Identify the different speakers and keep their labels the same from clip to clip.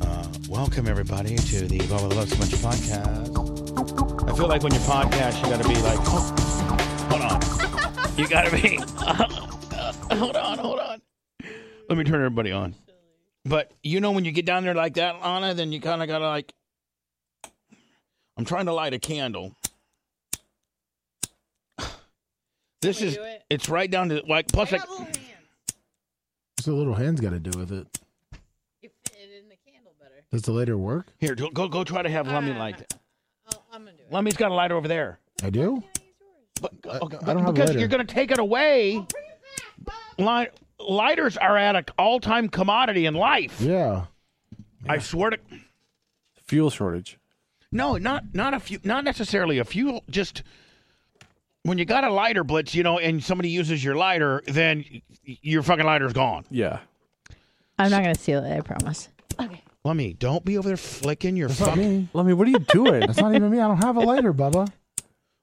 Speaker 1: Uh, welcome, everybody, to the Bubba the Love So Much podcast. I feel like when you podcast, you got to be like, oh,
Speaker 2: hold on. You got to be. hold on, hold on. Let me turn everybody on. But you know, when you get down there like that, Lana, then you kind of got to like. I'm trying to light a candle. This is.
Speaker 3: it?
Speaker 2: It's right down to like. Plus, I,
Speaker 4: What's the little hand's got to do with it?
Speaker 3: You fit it in the candle better.
Speaker 4: Does the later work?
Speaker 2: here, go go go try to have Lummy light. it.
Speaker 3: Oh, I'm gonna do it.
Speaker 2: Lummy's got a lighter over there.
Speaker 4: I do.
Speaker 2: But, go- okay,
Speaker 4: I
Speaker 2: but
Speaker 4: don't have a
Speaker 2: because
Speaker 4: lighter.
Speaker 2: you're going to take it away. Li- lighters are at an all-time commodity in life.
Speaker 4: Yeah.
Speaker 2: I swear to.
Speaker 1: fuel shortage.
Speaker 2: No, not not a few, not necessarily a fuel. Just when you got a lighter blitz, you know, and somebody uses your lighter, then y- your fucking lighter's gone.
Speaker 1: Yeah.
Speaker 3: I'm not gonna steal it. I promise. Okay.
Speaker 2: Lummy, don't be over there flicking your
Speaker 4: It's not
Speaker 2: fucking
Speaker 4: me.
Speaker 1: Let me, what are you doing?
Speaker 4: That's not e-, even me. I don't have a lighter, Bubba.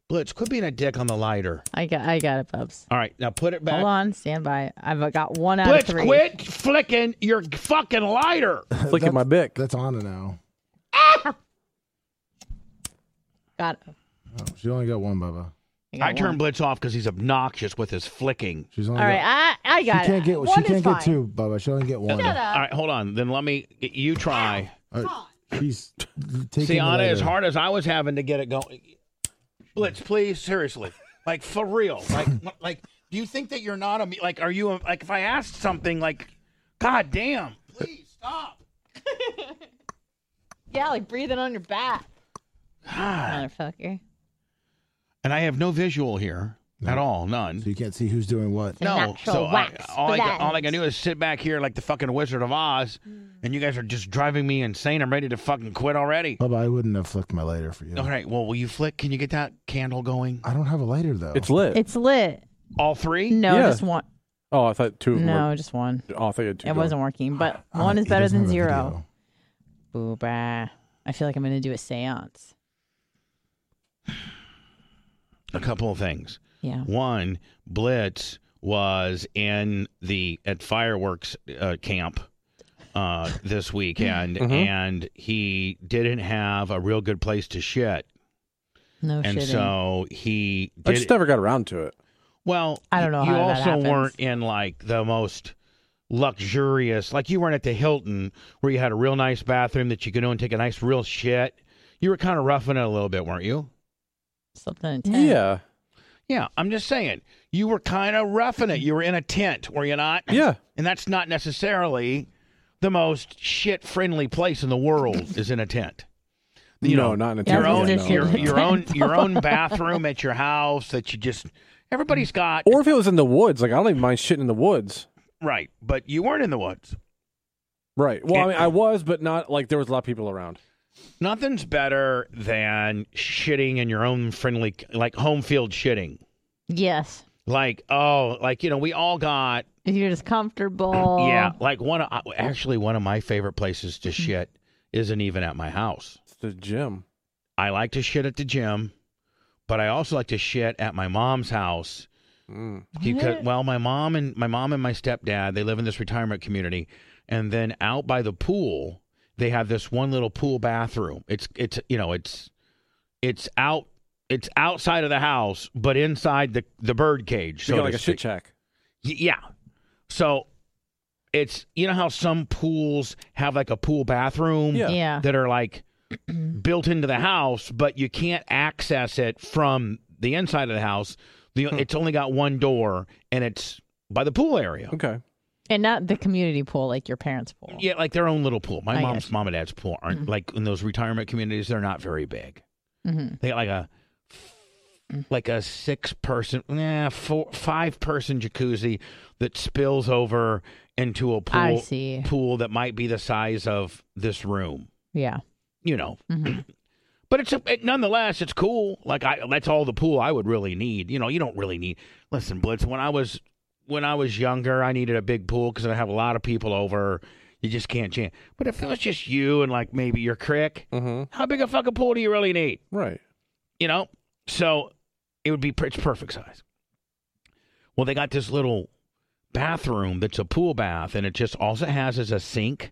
Speaker 2: blitz. Quit being a dick on the lighter.
Speaker 3: I got. I got it, Bubs.
Speaker 2: All right, now put it
Speaker 3: Hold
Speaker 2: back.
Speaker 3: on. Stand by. I've got one out
Speaker 2: Blitz,
Speaker 3: of three.
Speaker 2: quit flicking your fucking lighter.
Speaker 1: Flicking my bick.
Speaker 4: That's Anna now.
Speaker 3: Got. It.
Speaker 4: Oh, she only got one, Bubba.
Speaker 3: got
Speaker 2: I turn
Speaker 3: one.
Speaker 2: Blitz off because he's obnoxious with his flicking.
Speaker 4: She's only.
Speaker 3: All right.
Speaker 4: got,
Speaker 3: I. I
Speaker 4: she
Speaker 3: got it.
Speaker 4: can't get.
Speaker 3: One
Speaker 4: she
Speaker 3: is
Speaker 4: can't get
Speaker 3: fine.
Speaker 4: two, Bubba. She only get one.
Speaker 3: Shut up.
Speaker 2: All right, hold on. Then let me. You try.
Speaker 4: All right, she's taking.
Speaker 2: See,
Speaker 4: the
Speaker 2: Anna,
Speaker 4: lighter.
Speaker 2: as hard as I was having to get it going, Blitz, please, seriously, like for real, like, like, do you think that you're not a me- like? Are you a, like? If I asked something, like, God damn, please stop.
Speaker 3: Yeah, like breathing on your back,
Speaker 2: God.
Speaker 3: motherfucker.
Speaker 2: And I have no visual here at all,
Speaker 4: So
Speaker 2: none.
Speaker 4: you can't see who's doing what.
Speaker 2: No,
Speaker 3: natural
Speaker 2: so I,
Speaker 3: wax
Speaker 2: all I can-
Speaker 3: blend.
Speaker 2: all I can do is sit back here like the fucking Wizard of Oz,
Speaker 3: Mm.
Speaker 2: and you guys are just driving me insane. I'm ready to fucking quit already.
Speaker 4: Bubba, I wouldn't have flicked my lighter for you.
Speaker 2: All right, well, will you flick? Can you get that candle going?
Speaker 4: I don't have a lighter though.
Speaker 1: It's lit.
Speaker 3: It's lit.
Speaker 2: All three?
Speaker 3: No,
Speaker 1: Yeah.
Speaker 3: just one.
Speaker 1: oh, I thought two of them
Speaker 3: No,
Speaker 1: were-
Speaker 3: just one.
Speaker 1: Oh, I thought you had two.
Speaker 3: It
Speaker 1: going.
Speaker 3: wasn't working, but
Speaker 4: Anna,
Speaker 3: one is
Speaker 4: he
Speaker 3: better
Speaker 4: doesn't
Speaker 3: than
Speaker 4: have a
Speaker 3: zero.
Speaker 4: video.
Speaker 3: Boo bah. I feel like I'm gonna do a séance.
Speaker 2: A couple of things.
Speaker 3: Yeah.
Speaker 2: One, Blitz was in the at fireworks uh, camp uh, this weekend,
Speaker 1: Mhm.
Speaker 2: and he didn't have a real good place to shit,
Speaker 3: No
Speaker 2: and
Speaker 3: shitting.
Speaker 2: so he
Speaker 1: I
Speaker 2: did.
Speaker 1: just never got around to it.
Speaker 2: well,
Speaker 3: I don't know
Speaker 2: You
Speaker 3: how that
Speaker 2: also
Speaker 3: happens.
Speaker 2: weren't in like the most luxurious, like you weren't at the Hilton where you had a real nice bathroom that you could go and take a nice real shit. You were kind of roughing it a little bit, weren't you?
Speaker 3: Something intense.
Speaker 1: Yeah.
Speaker 2: Yeah, I'm just saying you were kind of roughing it. You were in a tent, were you not?
Speaker 1: Yeah.
Speaker 2: And that's not necessarily the most shit friendly place in the world is in a tent. You
Speaker 1: no,
Speaker 2: know,
Speaker 1: not in a
Speaker 3: your
Speaker 2: Your
Speaker 1: tent.
Speaker 3: Yeah,
Speaker 2: own
Speaker 3: no,
Speaker 1: no,
Speaker 3: no,
Speaker 2: your
Speaker 3: no.
Speaker 2: your own your own bathroom at your house that you just everybody's got
Speaker 1: Or if it was in the woods, like I don't even mind shitting in the woods.
Speaker 2: right, but you weren't in the woods.
Speaker 1: Right. Well, I mean, I was, but not like there was a lot of people around.
Speaker 2: Nothing's better than shitting in your own friendly like home field shitting.
Speaker 3: Yes.
Speaker 2: Like, oh, like you know, we all got
Speaker 3: If you're just comfortable.
Speaker 2: Yeah, like one of, uh, actually one of my favorite places to shit isn't even at my house.
Speaker 1: Hmm. It's the gym.
Speaker 2: I like to shit at the gym, but I also like to shit at my mom's house
Speaker 1: Mm.
Speaker 2: because
Speaker 3: What?
Speaker 2: well, my mom and my mom and my stepdad, they live in this retirement community and then out by the pool, they have this one little pool bathroom. It's it's you know, it's it's out it's outside of the house, but inside the the bird cage.
Speaker 1: So
Speaker 2: So
Speaker 1: got like
Speaker 2: to
Speaker 1: a
Speaker 2: speak.
Speaker 1: shit check.
Speaker 2: Y- Yeah. So it's you know how some pools have like a pool bathroom
Speaker 1: Yeah.
Speaker 3: Yeah.
Speaker 2: that are like built into the house, but you can't access it from the inside of the house. The, It's only got one door, and it's by the pool area.
Speaker 5: Okay.
Speaker 3: and not the community pool like your parents' pool.
Speaker 2: Yeah, like their own little pool. My
Speaker 3: I
Speaker 2: mom's
Speaker 3: guess.
Speaker 2: mom and dad's pool aren't like in those retirement communities. They're not very big.
Speaker 3: Mhm.
Speaker 2: They got like a
Speaker 3: Mm.
Speaker 2: like a six person, nah, four five person jacuzzi that spills over into a pool
Speaker 3: I see.
Speaker 2: pool that might be the size of this room.
Speaker 3: Yeah.
Speaker 2: You know,
Speaker 5: Mm-hmm.
Speaker 3: hmm
Speaker 2: but it's a, it, nonetheless it's cool. Like I, that's all the pool I would really need. You know, you don't really need. Listen, Blitz. When I was when I was younger, I needed a big pool because I have a lot of people over. You just can't change. But if it was just you and like maybe your crick,
Speaker 5: Mm-hmm.
Speaker 2: how big a fucking pool do you really need?
Speaker 5: Right.
Speaker 2: You know, so it would be per- it's perfect size. Well, they got this little bathroom that's a pool bath, and it just all it has is a sink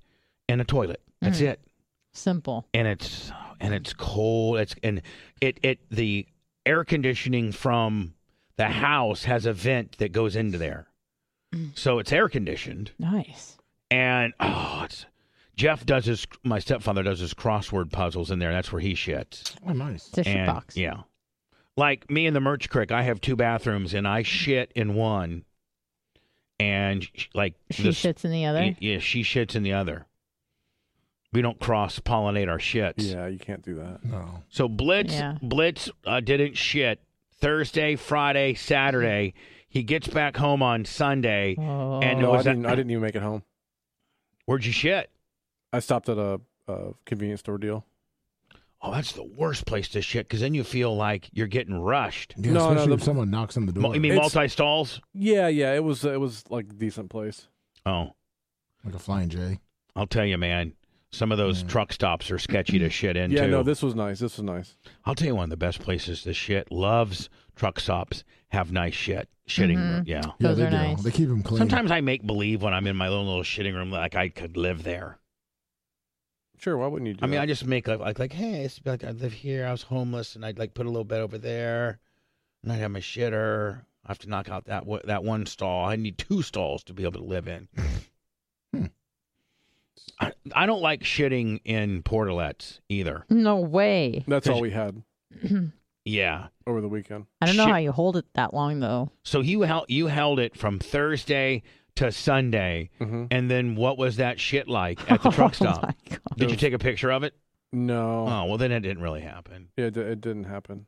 Speaker 2: and a toilet. That's it
Speaker 3: Mm. Simple.
Speaker 2: and it's and it's cold. It's and it it the air conditioning from the house has a vent that goes into there, so it's air conditioned.
Speaker 3: Mm. Nice.
Speaker 2: And oh, it's, Jeff does his my stepfather does his crossword puzzles in there. That's where he shits.
Speaker 4: Oh, nice.
Speaker 3: It's a shit
Speaker 2: And,
Speaker 3: box.
Speaker 2: Yeah, like me and the Merch Crick, I have two bathrooms, and I shit in one, and sh- like
Speaker 3: She
Speaker 2: this-
Speaker 3: shits in the other.
Speaker 2: y- Yeah, she shits in the other. We don't cross pollinate our shits.
Speaker 5: Yeah, you can't do that.
Speaker 4: No.
Speaker 2: So Blitz
Speaker 3: Yeah.
Speaker 2: Blitz uh, didn't shit Thursday, Friday, Saturday. He gets back home on Sunday.
Speaker 3: oh.
Speaker 2: and
Speaker 5: No, I
Speaker 2: was that-
Speaker 5: didn't. I didn't even make it home.
Speaker 2: Where'd you shit?
Speaker 5: I stopped at a, a convenience store deal.
Speaker 2: Oh, that's the worst place to shit because then you feel like you're getting rushed.
Speaker 4: Yeah,
Speaker 5: No, no,
Speaker 4: especially
Speaker 5: the-
Speaker 4: if someone knocks on the door.
Speaker 2: Mo- you mean
Speaker 5: It's-
Speaker 2: multi stalls?
Speaker 5: Yeah, yeah. It was it was like a decent place.
Speaker 2: Oh,
Speaker 4: like a flying J.
Speaker 2: I'll tell you, man. Some of those
Speaker 4: Yeah.
Speaker 2: truck stops are sketchy to shit into.
Speaker 5: Yeah, no, this was nice. This was nice.
Speaker 2: I'll tell you one of the best places to shit. Loves truck stops have nice shit shitting.
Speaker 3: Mhm.
Speaker 2: room. Yeah.
Speaker 4: Yeah,
Speaker 3: Those
Speaker 4: they
Speaker 3: are
Speaker 4: do.
Speaker 3: nice.
Speaker 4: They keep them clean.
Speaker 2: Sometimes I make believe when I'm in my own little shitting room like I could live there.
Speaker 5: Sure. Why wouldn't you? do
Speaker 2: I mean, I
Speaker 5: that?
Speaker 2: just make like like, like hey, it's like I live here. I was homeless, and I'd like put a little bed over there, and I'd have my shitter. I have to knock out that wa- that one stall. I need two stalls to be able to live in.
Speaker 4: Hmm.
Speaker 2: I, I don't like shitting in portalets either.
Speaker 3: no way.
Speaker 5: that's all we had
Speaker 2: Yeah.
Speaker 5: over the weekend.
Speaker 3: I don't know
Speaker 2: Shit.
Speaker 3: how you hold it that long though.
Speaker 2: So you held you held it from Thursday to Sunday,
Speaker 5: Mm-hmm.
Speaker 2: and then what was that shit like at the truck
Speaker 3: Oh
Speaker 2: stop?
Speaker 3: my God.
Speaker 2: Did you take a picture of it?
Speaker 5: No.
Speaker 2: Oh well, then it didn't really happen.
Speaker 5: Yeah, it, di- it didn't happen.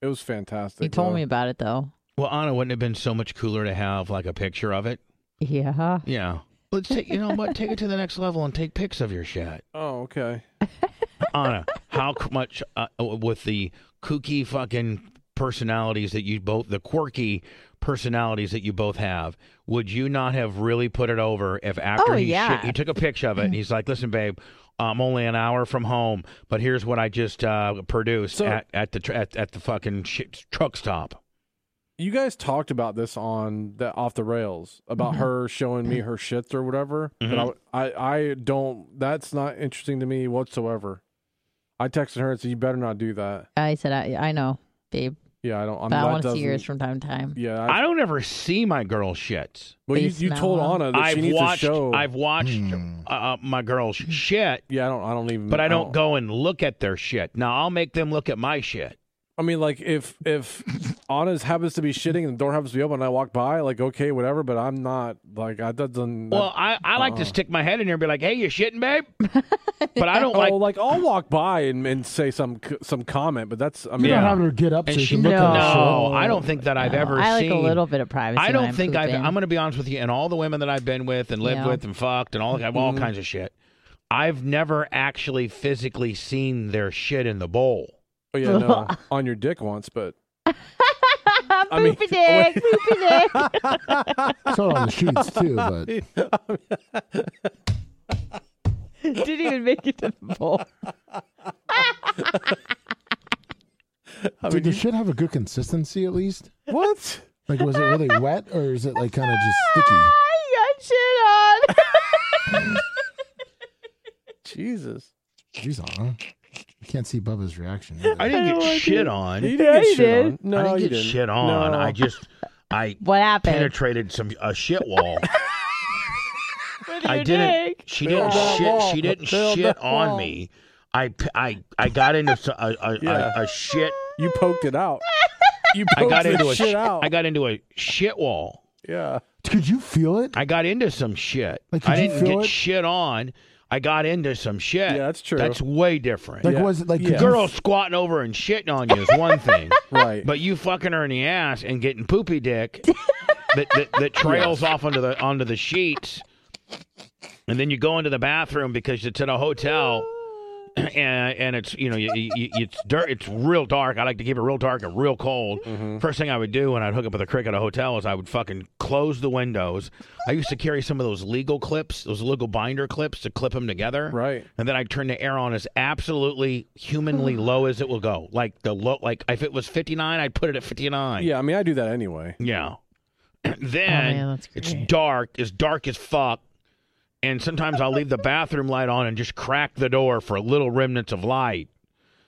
Speaker 5: It was fantastic.
Speaker 3: You told
Speaker 5: though.
Speaker 3: me about it though.
Speaker 2: Well, Anna, wouldn't it have been so much cooler to have like a picture of it?
Speaker 3: Yeah.
Speaker 2: Yeah. Let's take you know what, take it to the next level and take pics of your shit.
Speaker 3: Uh,
Speaker 5: Oh, okay.
Speaker 2: Anna, how c- much uh, with the kooky fucking personalities that you both, the quirky personalities that you both have, would you not have really put it over if after
Speaker 3: Oh,
Speaker 2: he
Speaker 3: yeah.
Speaker 2: shit, you took a picture of it and he's like, listen, babe. I'm only an hour from home, but here's what I just uh, produced
Speaker 5: So-
Speaker 2: at, at the tr- at, at the fucking shit truck stop.
Speaker 5: You guys talked about this on the off the rails about her showing me her shits or whatever. But I, I I don't. That's not interesting to me whatsoever. I texted her and said, "You better not do that."
Speaker 3: I said I I know, babe.
Speaker 5: Yeah, I don't. I'm,
Speaker 3: But I
Speaker 5: that
Speaker 3: want to see yours
Speaker 5: doesn't-
Speaker 3: from time to time.
Speaker 5: Yeah, I,
Speaker 2: I don't ever see my girl shits.
Speaker 5: well, you,
Speaker 3: Face
Speaker 5: you told
Speaker 3: mellow.
Speaker 5: Anna that she
Speaker 2: I've
Speaker 5: needs
Speaker 2: watched,
Speaker 5: a show.
Speaker 2: I've watched
Speaker 4: Hmm.
Speaker 2: uh, uh, my girls shit,
Speaker 5: yeah, I don't. I don't even.
Speaker 2: but I don't go and look at their shit. Now I'll make them look at my shit.
Speaker 5: I mean, like if if Anna's happens to be shitting and the door happens to be open, and I walk by, like okay, whatever. But I'm not like I that doesn't.
Speaker 2: Well, I, I like to
Speaker 5: Uh-uh.
Speaker 2: stick my head in there and be like, "Hey, you shitting, babe?" But I don't like.
Speaker 5: oh, like I'll walk by and, and say some c- some comment, but that's I
Speaker 4: You're
Speaker 5: mean,
Speaker 2: Yeah.
Speaker 4: not having her get up
Speaker 2: And
Speaker 4: so
Speaker 2: she
Speaker 4: you can
Speaker 2: no,
Speaker 4: look at her shit.
Speaker 3: No.
Speaker 2: I don't think that I've
Speaker 3: No,
Speaker 2: ever.
Speaker 3: I like
Speaker 2: seen,
Speaker 3: a little bit of privacy.
Speaker 2: I
Speaker 3: when
Speaker 2: don't
Speaker 3: I'm
Speaker 2: think I've.
Speaker 3: pooping.
Speaker 2: I'm going to be honest with you, and all the women that I've been with and lived
Speaker 3: Yeah. Mm-hmm.
Speaker 2: with and fucked and all, I've all kinds of shit. I've never actually physically seen their shit in the bowl.
Speaker 5: oh, yeah, no, on your dick once, but I mean-
Speaker 3: poopy dick, poopy dick.
Speaker 4: Saw it on the sheets too, but
Speaker 3: Didn't even make it to the bowl.
Speaker 4: did the shit have a good consistency at least?
Speaker 5: what?
Speaker 4: Like, was it really wet or is it like kind of just sticky?
Speaker 3: I got shit on.
Speaker 5: Jesus,
Speaker 4: Jeez, Anna. I can't see Bubba's reaction. either.
Speaker 2: I didn't get shit on.
Speaker 5: you
Speaker 3: Yeah,
Speaker 5: didn't get
Speaker 3: you
Speaker 5: shit
Speaker 3: did.
Speaker 5: on. No,
Speaker 2: I didn't
Speaker 5: you
Speaker 2: get
Speaker 5: didn't.
Speaker 2: shit on.
Speaker 5: No.
Speaker 2: I just. I
Speaker 3: what happened?
Speaker 2: penetrated some a shit wall.
Speaker 3: With
Speaker 2: I
Speaker 3: your
Speaker 2: didn't.
Speaker 3: dick?
Speaker 2: She
Speaker 5: Build
Speaker 2: didn't
Speaker 5: that
Speaker 2: shit.
Speaker 5: wall.
Speaker 2: She didn't
Speaker 5: Build
Speaker 2: shit
Speaker 5: that
Speaker 2: on
Speaker 5: wall.
Speaker 2: me. I p- I I got into s- a a, a-
Speaker 5: Yeah.
Speaker 2: a, shit.
Speaker 5: you poked it out. you
Speaker 2: I
Speaker 5: poked
Speaker 2: got
Speaker 5: this
Speaker 2: into a
Speaker 5: shit
Speaker 2: sh-
Speaker 5: out.
Speaker 2: I got into a shit wall.
Speaker 5: yeah.
Speaker 4: Could you feel it?
Speaker 2: I got into some shit.
Speaker 4: Like, could
Speaker 2: I
Speaker 4: you
Speaker 2: didn't
Speaker 4: feel
Speaker 2: get
Speaker 4: it?
Speaker 2: shit on. I got into some shit.
Speaker 5: Yeah, that's true.
Speaker 2: That's way different.
Speaker 4: Like
Speaker 5: Yeah.
Speaker 4: was it like
Speaker 5: Yeah.
Speaker 4: could you-
Speaker 2: Girl squatting over and shitting on you is one thing,
Speaker 5: right.
Speaker 2: but you fucking her in the ass and getting poopy dick that, that, that trails off onto the onto the sheets, and then you go into the bathroom because it's in a hotel, and and it's you know you, you, you- it's dirt it's real dark. I like to keep it real dark and real cold. First thing I would do when I'd hook up with a crick at a hotel is I would fucking close the windows. I used to carry some of those legal clips, those legal binder clips to clip them together.
Speaker 5: Right.
Speaker 2: And then I'd turn the air on as absolutely humanly low as it will go. Like the low like if it was 59, I'd put it at 59.
Speaker 5: Yeah, I mean, I do that anyway.
Speaker 2: Yeah.
Speaker 3: Oh, man,
Speaker 2: then
Speaker 3: that's
Speaker 2: it's
Speaker 3: great.
Speaker 2: dark, as dark as fuck. And sometimes I'll leave the bathroom light on and just crack the door for little remnants of light.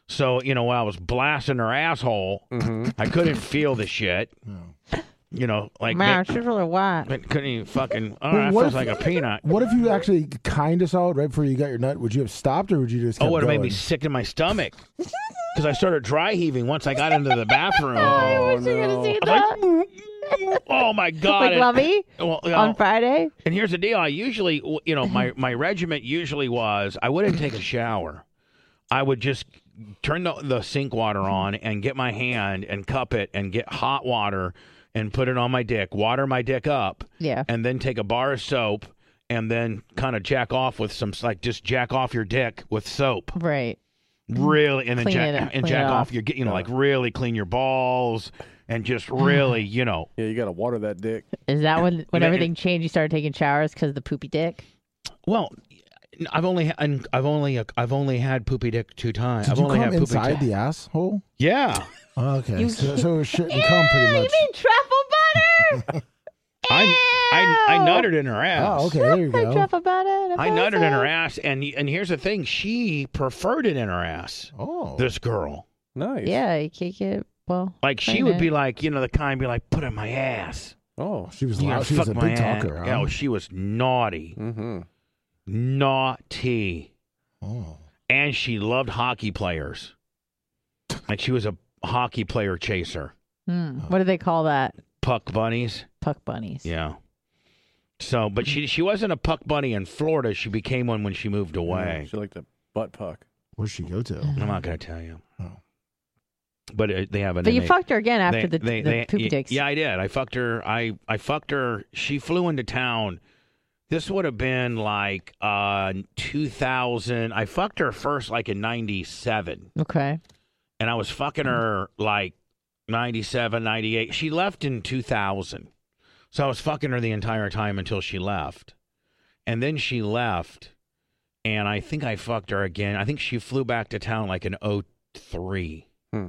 Speaker 2: So, you know, while I was blasting her asshole,
Speaker 5: Mhm.
Speaker 4: Mm-hmm.
Speaker 2: I couldn't feel the shit. You know, like
Speaker 3: Man, she's really white.
Speaker 2: ma- couldn't even fucking. Oh,
Speaker 4: But
Speaker 2: that
Speaker 4: what
Speaker 2: feels
Speaker 4: if-
Speaker 2: like a peanut.
Speaker 4: What if you actually kind of saw it right before you got your nut? Would you have stopped or would you just?
Speaker 2: Oh,
Speaker 4: kept
Speaker 2: it made me
Speaker 4: going?
Speaker 2: sick in my stomach because I started dry heaving once I got into the bathroom.
Speaker 5: Oh,
Speaker 3: You're gonna see
Speaker 2: I
Speaker 3: that?
Speaker 2: was like, oh my god!
Speaker 3: Like Lovey
Speaker 2: Well, you know,
Speaker 3: on Friday.
Speaker 2: And here's the deal. I usually, you know, my, my regiment usually was I wouldn't take a shower. I would just turn the, the sink water on and get my hand and cup it and get hot water and put it on my dick, water my dick up,
Speaker 3: Yeah.
Speaker 2: and then take a bar of soap and then kind of jack off with some, like just jack off your dick with soap.
Speaker 3: Right.
Speaker 2: Really, and then
Speaker 3: Clean
Speaker 2: jack,
Speaker 3: it up,
Speaker 2: and
Speaker 3: clean
Speaker 2: jack
Speaker 3: it
Speaker 2: off
Speaker 3: off.
Speaker 2: your, you know, like really clean your balls and just really, you know,
Speaker 5: Yeah, you got to water that dick.
Speaker 3: Is that when when
Speaker 2: Yeah,
Speaker 3: everything changed? You started taking showers because the poopy dick.
Speaker 2: Well, I've only I've only uh, I've only had poopy dick two times.
Speaker 4: Did
Speaker 2: I've
Speaker 4: you
Speaker 2: only
Speaker 4: come
Speaker 2: had poopy
Speaker 4: inside
Speaker 2: dick.
Speaker 4: the asshole?
Speaker 2: Yeah,
Speaker 4: Oh, okay,
Speaker 3: You-
Speaker 4: so, so it was shit and cum pretty
Speaker 3: Yeah,
Speaker 4: much.
Speaker 3: You mean truffle butter?
Speaker 2: I, I I nutted in her ass.
Speaker 4: Oh, okay, there you
Speaker 3: Put
Speaker 4: go.
Speaker 3: truffle butter.
Speaker 2: I nutted in her ass, and and here's the thing: she preferred it in her ass.
Speaker 4: Oh,
Speaker 2: This girl,
Speaker 5: Nice.
Speaker 3: Yeah, you can't get well.
Speaker 2: like she would be like, you know, the kind be like, put it in my ass.
Speaker 5: Oh.
Speaker 4: she was
Speaker 2: You know,
Speaker 4: loud. She
Speaker 2: fuck
Speaker 4: was
Speaker 2: my
Speaker 4: a big
Speaker 2: ass.
Speaker 4: talker.
Speaker 2: Yeah,
Speaker 4: Huh?
Speaker 2: Oh, she was naughty,
Speaker 5: Mhm.
Speaker 2: naughty,
Speaker 4: Oh.
Speaker 2: and she loved hockey players. Like she was a hockey player chaser, Oh.
Speaker 3: Hmm, What do they call that?
Speaker 2: puck bunnies.
Speaker 3: Puck bunnies.
Speaker 2: Yeah. So, but she she wasn't a puck bunny in Florida. She became one when she moved away.
Speaker 5: She liked the butt puck.
Speaker 4: Where'd she go to?
Speaker 2: I'm not gonna tell you.
Speaker 4: Oh.
Speaker 2: But uh, they have an.
Speaker 3: Mm-hmm. But you
Speaker 2: innate-
Speaker 3: fucked her again
Speaker 2: they-
Speaker 3: after the,
Speaker 2: they-
Speaker 3: the
Speaker 2: they-
Speaker 3: poopy
Speaker 2: y-
Speaker 3: dicks.
Speaker 2: Yeah, I did. I fucked her. I I fucked her. She flew into town. This would have been like uh 2000. I fucked her first like in 97,
Speaker 3: Okay.
Speaker 2: and I was fucking her like 97, 98. She left in 2000. So I was fucking her the entire time until she left. And then she left, and I think I fucked her again. I think she flew back to town like in 03.
Speaker 5: Hmm.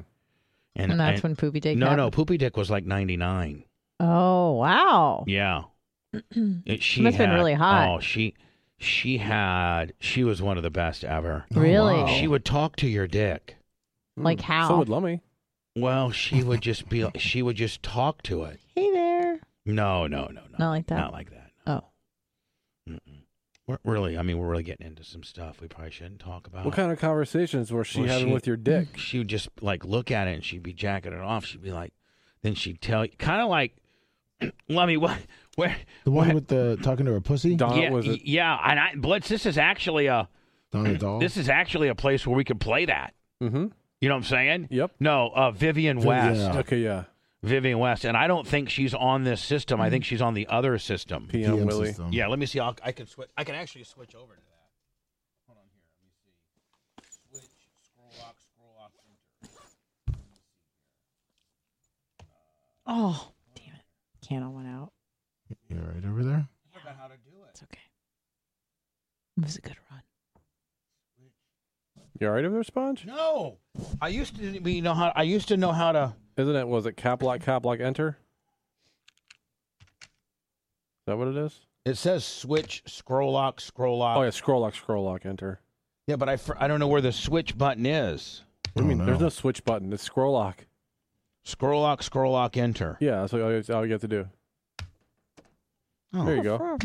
Speaker 2: And,
Speaker 3: And, that's
Speaker 2: and-
Speaker 3: when poopy dick.
Speaker 2: no, no,
Speaker 3: happened.
Speaker 2: Poopy Dick was like 99.
Speaker 3: Oh wow.
Speaker 2: Yeah. It- she
Speaker 3: Mm. must've been
Speaker 2: had-
Speaker 3: really hot.
Speaker 2: Oh, she she had she was one of the best ever.
Speaker 4: Oh,
Speaker 3: Really?
Speaker 4: wow.
Speaker 2: She would talk to your dick.
Speaker 3: Like
Speaker 5: Mm.
Speaker 3: how?
Speaker 5: So would Lummy.
Speaker 2: Well, she would just be she would just talk to it.
Speaker 3: Hey there.
Speaker 2: No, no, no, no.
Speaker 3: Not like that?
Speaker 2: Not like that.
Speaker 3: Oh.
Speaker 2: Mm-mm. We're really, I mean, we're really getting into some stuff we probably shouldn't talk about.
Speaker 5: What kind of conversations were she
Speaker 2: Well,
Speaker 5: having
Speaker 2: she-
Speaker 5: with your dick?
Speaker 2: She would just like look at it and she'd be jacking it off. She'd be like, then she'd tell you, kind of like, let me, what, where,
Speaker 4: The one
Speaker 2: What?
Speaker 4: with the talking to her pussy?
Speaker 5: Donna
Speaker 2: yeah,
Speaker 5: was it?
Speaker 2: yeah. And I, Blitz, this is actually a,
Speaker 4: Donna doll.
Speaker 2: this is actually a place where we could play that.
Speaker 5: Mm-hmm.
Speaker 2: You know what I'm saying?
Speaker 5: Yep.
Speaker 2: No, uh, Vivian West.
Speaker 4: Yeah.
Speaker 5: Okay. Yeah.
Speaker 2: Vivian West. And I don't think she's on this system. I think she's on the other system.
Speaker 5: PM,
Speaker 4: DM
Speaker 5: Willie.
Speaker 4: system.
Speaker 2: Yeah, let me see. I'll, I can switch. I can actually switch over to that. Hold on here. Let me see. Switch. Scroll lock. Scroll lock.
Speaker 3: Oh damn it. Candle went out.
Speaker 4: You're right over there.
Speaker 2: I forgot how to do it.
Speaker 3: It's okay. It was a good run.
Speaker 5: You all right over there, Sponge?
Speaker 2: No, I used to be know how. I used to know how to.
Speaker 5: Isn't it? Was it cap lock, cap lock, enter? Is that what it is?
Speaker 2: It says switch. Scroll lock. Scroll lock.
Speaker 5: Oh yeah, scroll lock, scroll lock, enter.
Speaker 2: Yeah, but I fr- I don't know where the switch button is.
Speaker 5: What do you
Speaker 4: Oh,
Speaker 5: mean? There's
Speaker 4: no.
Speaker 5: no switch button. It's scroll lock.
Speaker 2: Scroll lock. Scroll lock. Enter.
Speaker 5: Yeah, that's all you, all you have to do.
Speaker 2: Oh.
Speaker 5: There you go.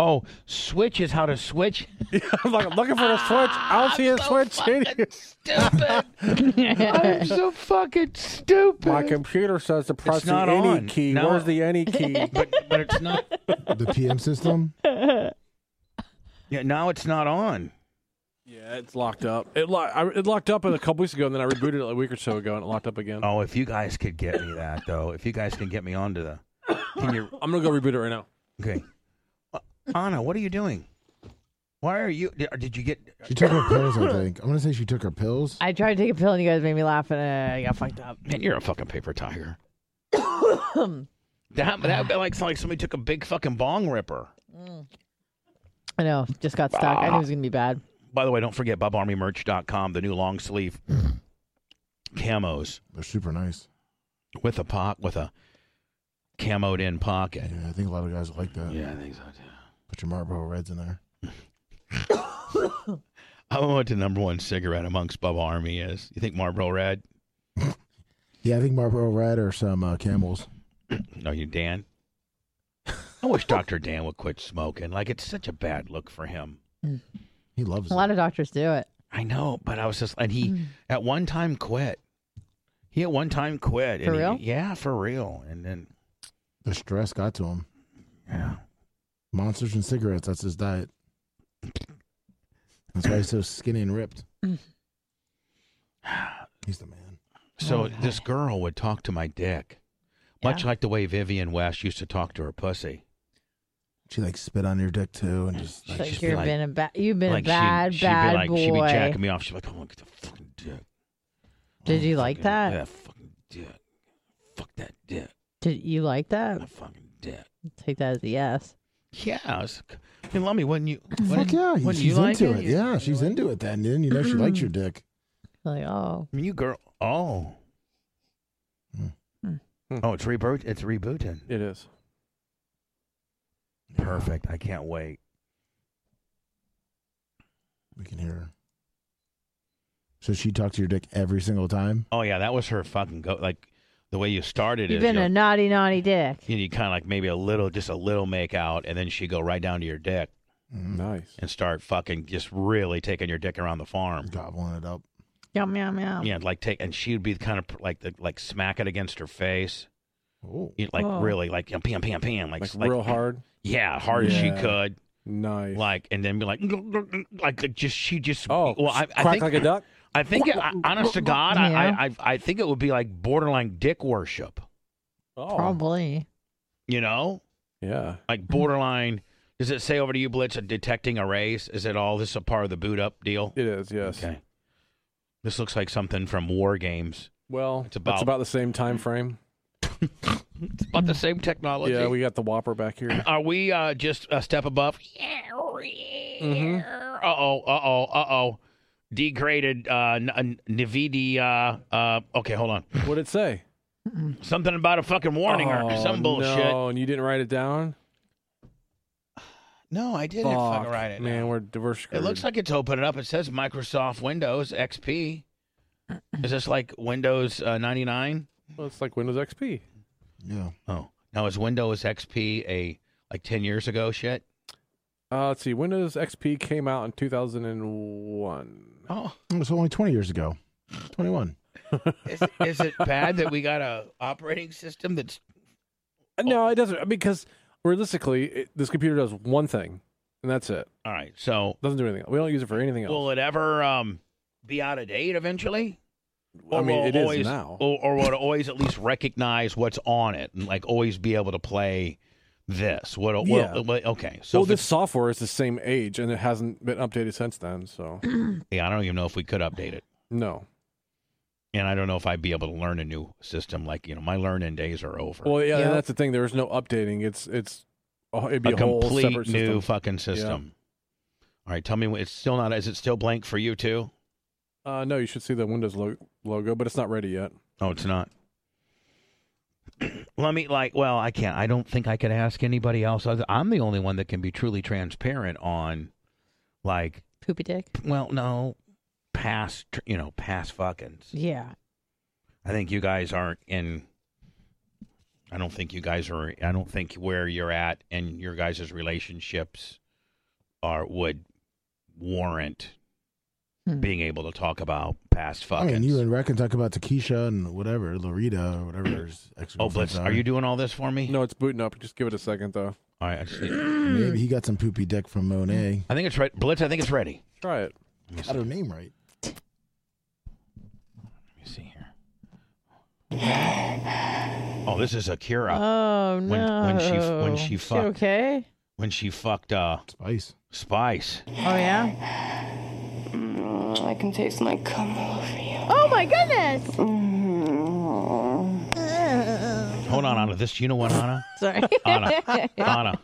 Speaker 2: Oh, switch is how to switch.
Speaker 5: I'm like, I'm looking for a switch. I don't see a switch.
Speaker 2: Ah, Fucking stupid. I'm so fucking stupid.
Speaker 5: My computer says to press the
Speaker 2: not
Speaker 5: any
Speaker 2: on.
Speaker 5: key.
Speaker 2: No.
Speaker 5: Where's the any key?
Speaker 2: but but it's not.
Speaker 4: The PM system.
Speaker 2: Yeah, now it's not on.
Speaker 5: yeah, it's locked up. It, lo- I, it locked up a couple weeks ago, and then I rebooted it a week or so ago, and it locked up again.
Speaker 2: Oh, if you guys could get me that though, if you guys can get me onto the, can you?
Speaker 5: I'm gonna go reboot it right now.
Speaker 2: Okay, Uh, Anna, what are you doing? Why are you? Did did you get?
Speaker 4: She took her pills. I think. I'm gonna say she took her pills.
Speaker 3: I tried to take a pill and you guys made me laugh and uh, I got fucked up.
Speaker 2: Man, you're a fucking paper tiger. that that would be like sound like somebody took a big fucking bong ripper.
Speaker 3: I know. Just got stuck. I knew it was gonna be bad.
Speaker 2: Ah. By the way, don't forget BobArmyMerch.com, the new long sleeve camos
Speaker 4: They're super nice.
Speaker 2: with a po- with a camoed in pocket.
Speaker 4: Yeah, I think a lot of guys like that.
Speaker 2: Yeah, I think so too.
Speaker 4: Put your Marlboro Reds in there.
Speaker 2: I don't know what the number one cigarette amongst Bubba Army is. You think Marlboro Red?
Speaker 4: Yeah, I think Marlboro Red or some uh, Camels.
Speaker 2: No, you Dan. I wish Dr. Dan would quit smoking. Like, it's such a bad look for him.
Speaker 3: Hmm.
Speaker 4: He loves
Speaker 3: A
Speaker 4: it.
Speaker 3: lot of doctors do it.
Speaker 2: I know, but I was just, and
Speaker 3: Mm.
Speaker 2: he at one time quit. He at one time quit.
Speaker 3: For
Speaker 2: and he-
Speaker 3: real?
Speaker 2: yeah, for real. And then,
Speaker 4: the stress got to him.
Speaker 2: yeah.
Speaker 4: Monsters and cigarettes. That's his diet. That's why he's so skinny and ripped. He's the man.
Speaker 2: So
Speaker 3: Oh, God.
Speaker 2: this girl would talk to my dick, much
Speaker 3: Yeah.
Speaker 2: like the way Vivian West used to talk to her pussy.
Speaker 4: She like spit on your dick too, and just
Speaker 3: She's
Speaker 4: like,
Speaker 2: Like, she'd
Speaker 3: like
Speaker 2: be
Speaker 3: you've
Speaker 2: like-
Speaker 3: been a bad you've been
Speaker 2: like
Speaker 3: a bad, bad
Speaker 2: be like,
Speaker 3: boy.
Speaker 2: She'd be jacking me off. She'd be like, oh, look at the fucking dick.
Speaker 3: Did you like
Speaker 2: Fucking-
Speaker 3: that?
Speaker 2: Yeah, fucking dick. Fuck that dick.
Speaker 3: Did you like that?
Speaker 2: That fucking dick.
Speaker 3: Take that as a yes.
Speaker 2: Yeah. I was, I mean, Lummy, wouldn't you?
Speaker 4: fuck
Speaker 2: Wouldn't,
Speaker 4: yeah, he-
Speaker 2: wouldn't you
Speaker 4: she's
Speaker 2: like
Speaker 4: into it. Yeah, she's into it. Then, then you know she likes your dick.
Speaker 3: Like, oh.
Speaker 2: I mean, you girl. Oh.
Speaker 4: Hmm.
Speaker 3: Hmm.
Speaker 2: Oh, it's reboot. It's rebooting.
Speaker 5: It is.
Speaker 2: Perfect. I can't wait.
Speaker 4: We can hear her. So she talked to your dick every single time.
Speaker 2: Oh yeah, that was her fucking go. Like the way you started
Speaker 3: You've
Speaker 2: is
Speaker 3: been
Speaker 2: you,
Speaker 3: a naughty, naughty dick.
Speaker 2: you, kind of like maybe a little, just a little make out, and then she go right down to your dick
Speaker 4: Mm.
Speaker 5: Nice.
Speaker 2: and start fucking just really taking your dick around the farm.
Speaker 4: Gobbling it up.
Speaker 3: Yum, yum, yum.
Speaker 2: Yeah, like take, and she would be kind of like the, like smack it against her face,
Speaker 4: Oh,
Speaker 2: You- like
Speaker 3: Oh.
Speaker 2: really like you know, pam pam pam, like
Speaker 5: Like,
Speaker 2: like
Speaker 5: real hard.
Speaker 2: yeah, hard as she
Speaker 5: Yeah.
Speaker 2: could,
Speaker 5: Nice.
Speaker 2: like, and then be like like, like just she just
Speaker 5: oh,
Speaker 2: well, I, I
Speaker 5: crack
Speaker 2: think
Speaker 5: like a duck.
Speaker 2: I think it, I- honest to God, I,
Speaker 3: Yeah.
Speaker 2: I I I think it would be like borderline dick worship,
Speaker 5: Oh,
Speaker 3: Probably.
Speaker 2: you know,
Speaker 5: yeah.
Speaker 2: like borderline. Does it say over to you, Blitz, a detecting a race? Is it all this a part of the boot up deal?
Speaker 5: It is. Yes.
Speaker 2: Okay. This looks like something from War Games.
Speaker 5: Well,
Speaker 2: It's
Speaker 5: it's about,
Speaker 2: about-
Speaker 5: that's about the same time frame.
Speaker 2: It's about the same technology.
Speaker 5: Yeah, we got the Whopper back here.
Speaker 2: Are we uh, just a step above?
Speaker 5: Mhm.
Speaker 2: Uh oh, uh oh, uh oh. Degraded uh, N- N- Nvidia. Uh, uh, okay, hold on. Mm-hmm.
Speaker 5: What'd it say?
Speaker 2: Something about a fucking warning or
Speaker 5: Oh,
Speaker 2: some bullshit.
Speaker 5: No, and you didn't write it down.
Speaker 2: No, I didn't
Speaker 5: Fuck,
Speaker 2: fucking write it.
Speaker 5: man.
Speaker 2: down.
Speaker 5: We're diverse.
Speaker 2: It looks like it's opening up. It says Microsoft Windows XP. Is this like Windows uh, 99?
Speaker 5: well, it's like Windows XP.
Speaker 4: yeah.
Speaker 2: Oh, now is Windows XP a like 10 years ago shit?
Speaker 5: Uh, let's see. Windows XP came out in 2001.
Speaker 2: Oh,
Speaker 4: It was only 20 years ago. 21.
Speaker 2: is, is it bad that we got a operating system that's Oh.
Speaker 5: Uh, No, it doesn't because realistically, it, this computer does one thing, and that's it.
Speaker 2: all right? So
Speaker 5: Doesn't do anything. We don't use it for anything else.
Speaker 2: will it ever um, be out of date eventually?
Speaker 5: I mean,
Speaker 2: will
Speaker 5: it is
Speaker 2: always,
Speaker 5: now.
Speaker 2: Or, or will it always at least recognize what's on it and like always be able to play this? What? what-
Speaker 5: Yeah.
Speaker 2: what- okay. So
Speaker 5: well,
Speaker 2: if it's-
Speaker 5: this software is the same age, and it hasn't been updated since then. So
Speaker 2: Yeah, I don't even know if we could update it.
Speaker 5: no.
Speaker 2: And I don't know if I'd be able to learn a new system. Like, you know, my learning days are over.
Speaker 5: Well, yeah,
Speaker 3: Yeah.
Speaker 5: that's the thing. There's no updating. It's it's oh, it'd be
Speaker 2: a
Speaker 5: a, whole
Speaker 2: complete new
Speaker 5: separate system.
Speaker 2: fucking system. All right, tell me, what- it's still not, is it still blank for you too?
Speaker 5: uh, no, you should see the Windows lo- logo, but it's not ready yet.
Speaker 2: Oh, it's not. Let me, like, well, I can't, I don't think I could ask anybody else. Other, I'm the only one that can be truly transparent on, like,
Speaker 3: Poopy dick.
Speaker 2: well, no, past, tr- you know, past fuckings.
Speaker 3: Yeah.
Speaker 2: I think you guys aren't in I don't think you guys are. I don't think where you're at and your guys' relationships are would warrant
Speaker 3: Hmm.
Speaker 2: being able to talk about past
Speaker 4: I
Speaker 2: fucking.
Speaker 4: mean, you and Rec can talk about Takesha and whatever, Lorita or whatever. his
Speaker 2: oh,
Speaker 4: ex-girlfriends
Speaker 2: Blitz, are you doing all this for me?
Speaker 5: No, it's booting up. Just give it a second though.
Speaker 2: All right. I, just need-
Speaker 4: Maybe he got some poopy dick from Monet.
Speaker 2: I think it's right. Blitz, I think it's ready.
Speaker 5: Try it.
Speaker 2: Let me see,
Speaker 4: Got her name right.
Speaker 2: let me see here. Oh, this is Akira
Speaker 3: Oh
Speaker 2: When-
Speaker 3: no.
Speaker 2: when she- when she fucked.
Speaker 3: okay.
Speaker 2: when she fucked uh
Speaker 4: Spice.
Speaker 2: Spice.
Speaker 3: Oh yeah.
Speaker 6: Mm, I can taste my cum all over you.
Speaker 3: Oh my goodness.
Speaker 2: Mm-hmm.
Speaker 6: Mm.
Speaker 2: Hold on, Anna. This, you know what, Anna?
Speaker 3: Sorry.
Speaker 2: Anna. Anna,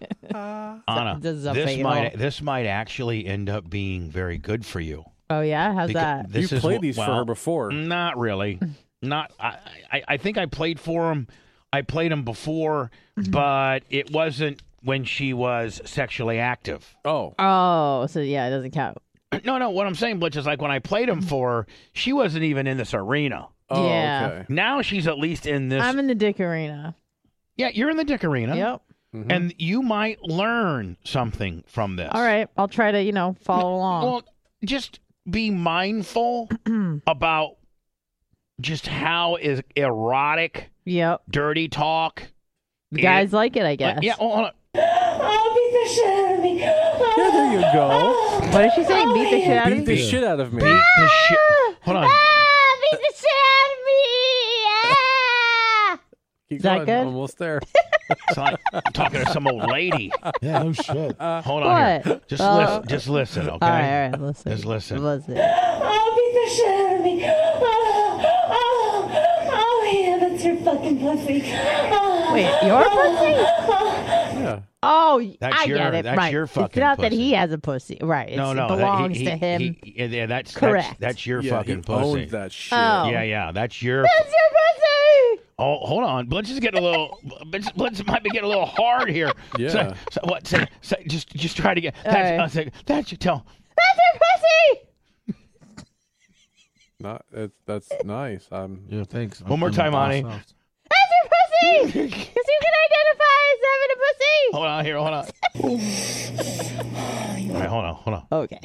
Speaker 2: Anna,
Speaker 3: This is a
Speaker 2: this
Speaker 3: fail.
Speaker 2: might this might actually end up being very good for you.
Speaker 3: oh yeah. How's
Speaker 2: Because
Speaker 3: that?
Speaker 2: This
Speaker 5: you
Speaker 2: is
Speaker 5: played
Speaker 2: wh-
Speaker 5: these for
Speaker 2: well, mm.
Speaker 5: her before.
Speaker 2: Not really. Not. I, I. I think I played for him. I played him before,
Speaker 3: Mm-hmm.
Speaker 2: but it wasn't when she was sexually active.
Speaker 5: Oh,
Speaker 3: Oh, so yeah, it doesn't count.
Speaker 2: No, no. What I'm saying, Blitz, is like when I played
Speaker 3: Mm-hmm.
Speaker 2: him for her, she wasn't even in this arena.
Speaker 5: oh,
Speaker 3: Yeah.
Speaker 5: okay.
Speaker 2: Now she's at least in this.
Speaker 3: I'm in the dick arena.
Speaker 2: yeah, you're in the dick arena.
Speaker 3: Yep.
Speaker 5: Mhm.
Speaker 2: And you might learn something from this.
Speaker 3: All right. I'll try to, you know, follow along.
Speaker 2: Well, just be mindful about just how is erotic,
Speaker 3: yep.
Speaker 2: dirty talk.
Speaker 3: Guys like it, I
Speaker 2: Like,
Speaker 3: guess.
Speaker 2: yeah, oh, hold on.
Speaker 6: Oh, beat the shit out of me.
Speaker 5: Yeah, there you go.
Speaker 3: What did she say? Beat the shit out of
Speaker 5: Beat
Speaker 3: me.
Speaker 5: the shit out of me.
Speaker 2: Beat the shit. Hold on.
Speaker 3: beat the shit out of me.
Speaker 5: Keep
Speaker 3: that
Speaker 5: going.
Speaker 3: good?
Speaker 5: Almost there.
Speaker 2: It's like I'm talking to some old lady.
Speaker 4: Yeah, no shit.
Speaker 2: Hold on. Here.
Speaker 3: What?
Speaker 2: Just
Speaker 3: Oh.
Speaker 2: listen. Just listen. Okay.
Speaker 3: All right, all right. Listen.
Speaker 2: Just listen.
Speaker 3: Listen.
Speaker 6: Oh, beat the shit out of me. Oh, oh, oh, yeah, that's your fucking pussy. ah, Oh,
Speaker 3: Wait, your pussy?
Speaker 5: Yeah.
Speaker 3: Oh,
Speaker 2: That's
Speaker 3: I
Speaker 2: your-
Speaker 3: get it.
Speaker 2: that's
Speaker 3: right.
Speaker 2: your
Speaker 3: it's
Speaker 2: fucking
Speaker 3: not that
Speaker 2: pussy.
Speaker 3: he has a pussy, right? It's,
Speaker 2: No, no.
Speaker 3: it
Speaker 2: that- he-
Speaker 3: belongs
Speaker 2: he-
Speaker 3: to him.
Speaker 2: he- yeah, that's That's,
Speaker 3: Correct.
Speaker 2: that's your
Speaker 5: yeah
Speaker 2: fucking
Speaker 5: he
Speaker 2: pussy.
Speaker 5: owned that shit.
Speaker 3: Oh.
Speaker 2: Yeah, yeah. That's your.
Speaker 3: That's your pussy.
Speaker 2: Oh, hold on. Blitz is getting a little. Blitz, Blitz might be getting a little hard here.
Speaker 5: Yeah.
Speaker 2: So, so what? Say, say, just, just try to get. That's,
Speaker 3: right.
Speaker 2: uh, say, that's your tell.
Speaker 3: That's your pussy.
Speaker 5: Not, that's that's nice. I'm
Speaker 4: Yeah, thanks.
Speaker 2: One more time, Ani.
Speaker 3: That's your pussy. Because you can identify as having a pussy.
Speaker 2: Hold on Oh, here. Hold on. All right, hold on. Hold on.
Speaker 3: Okay.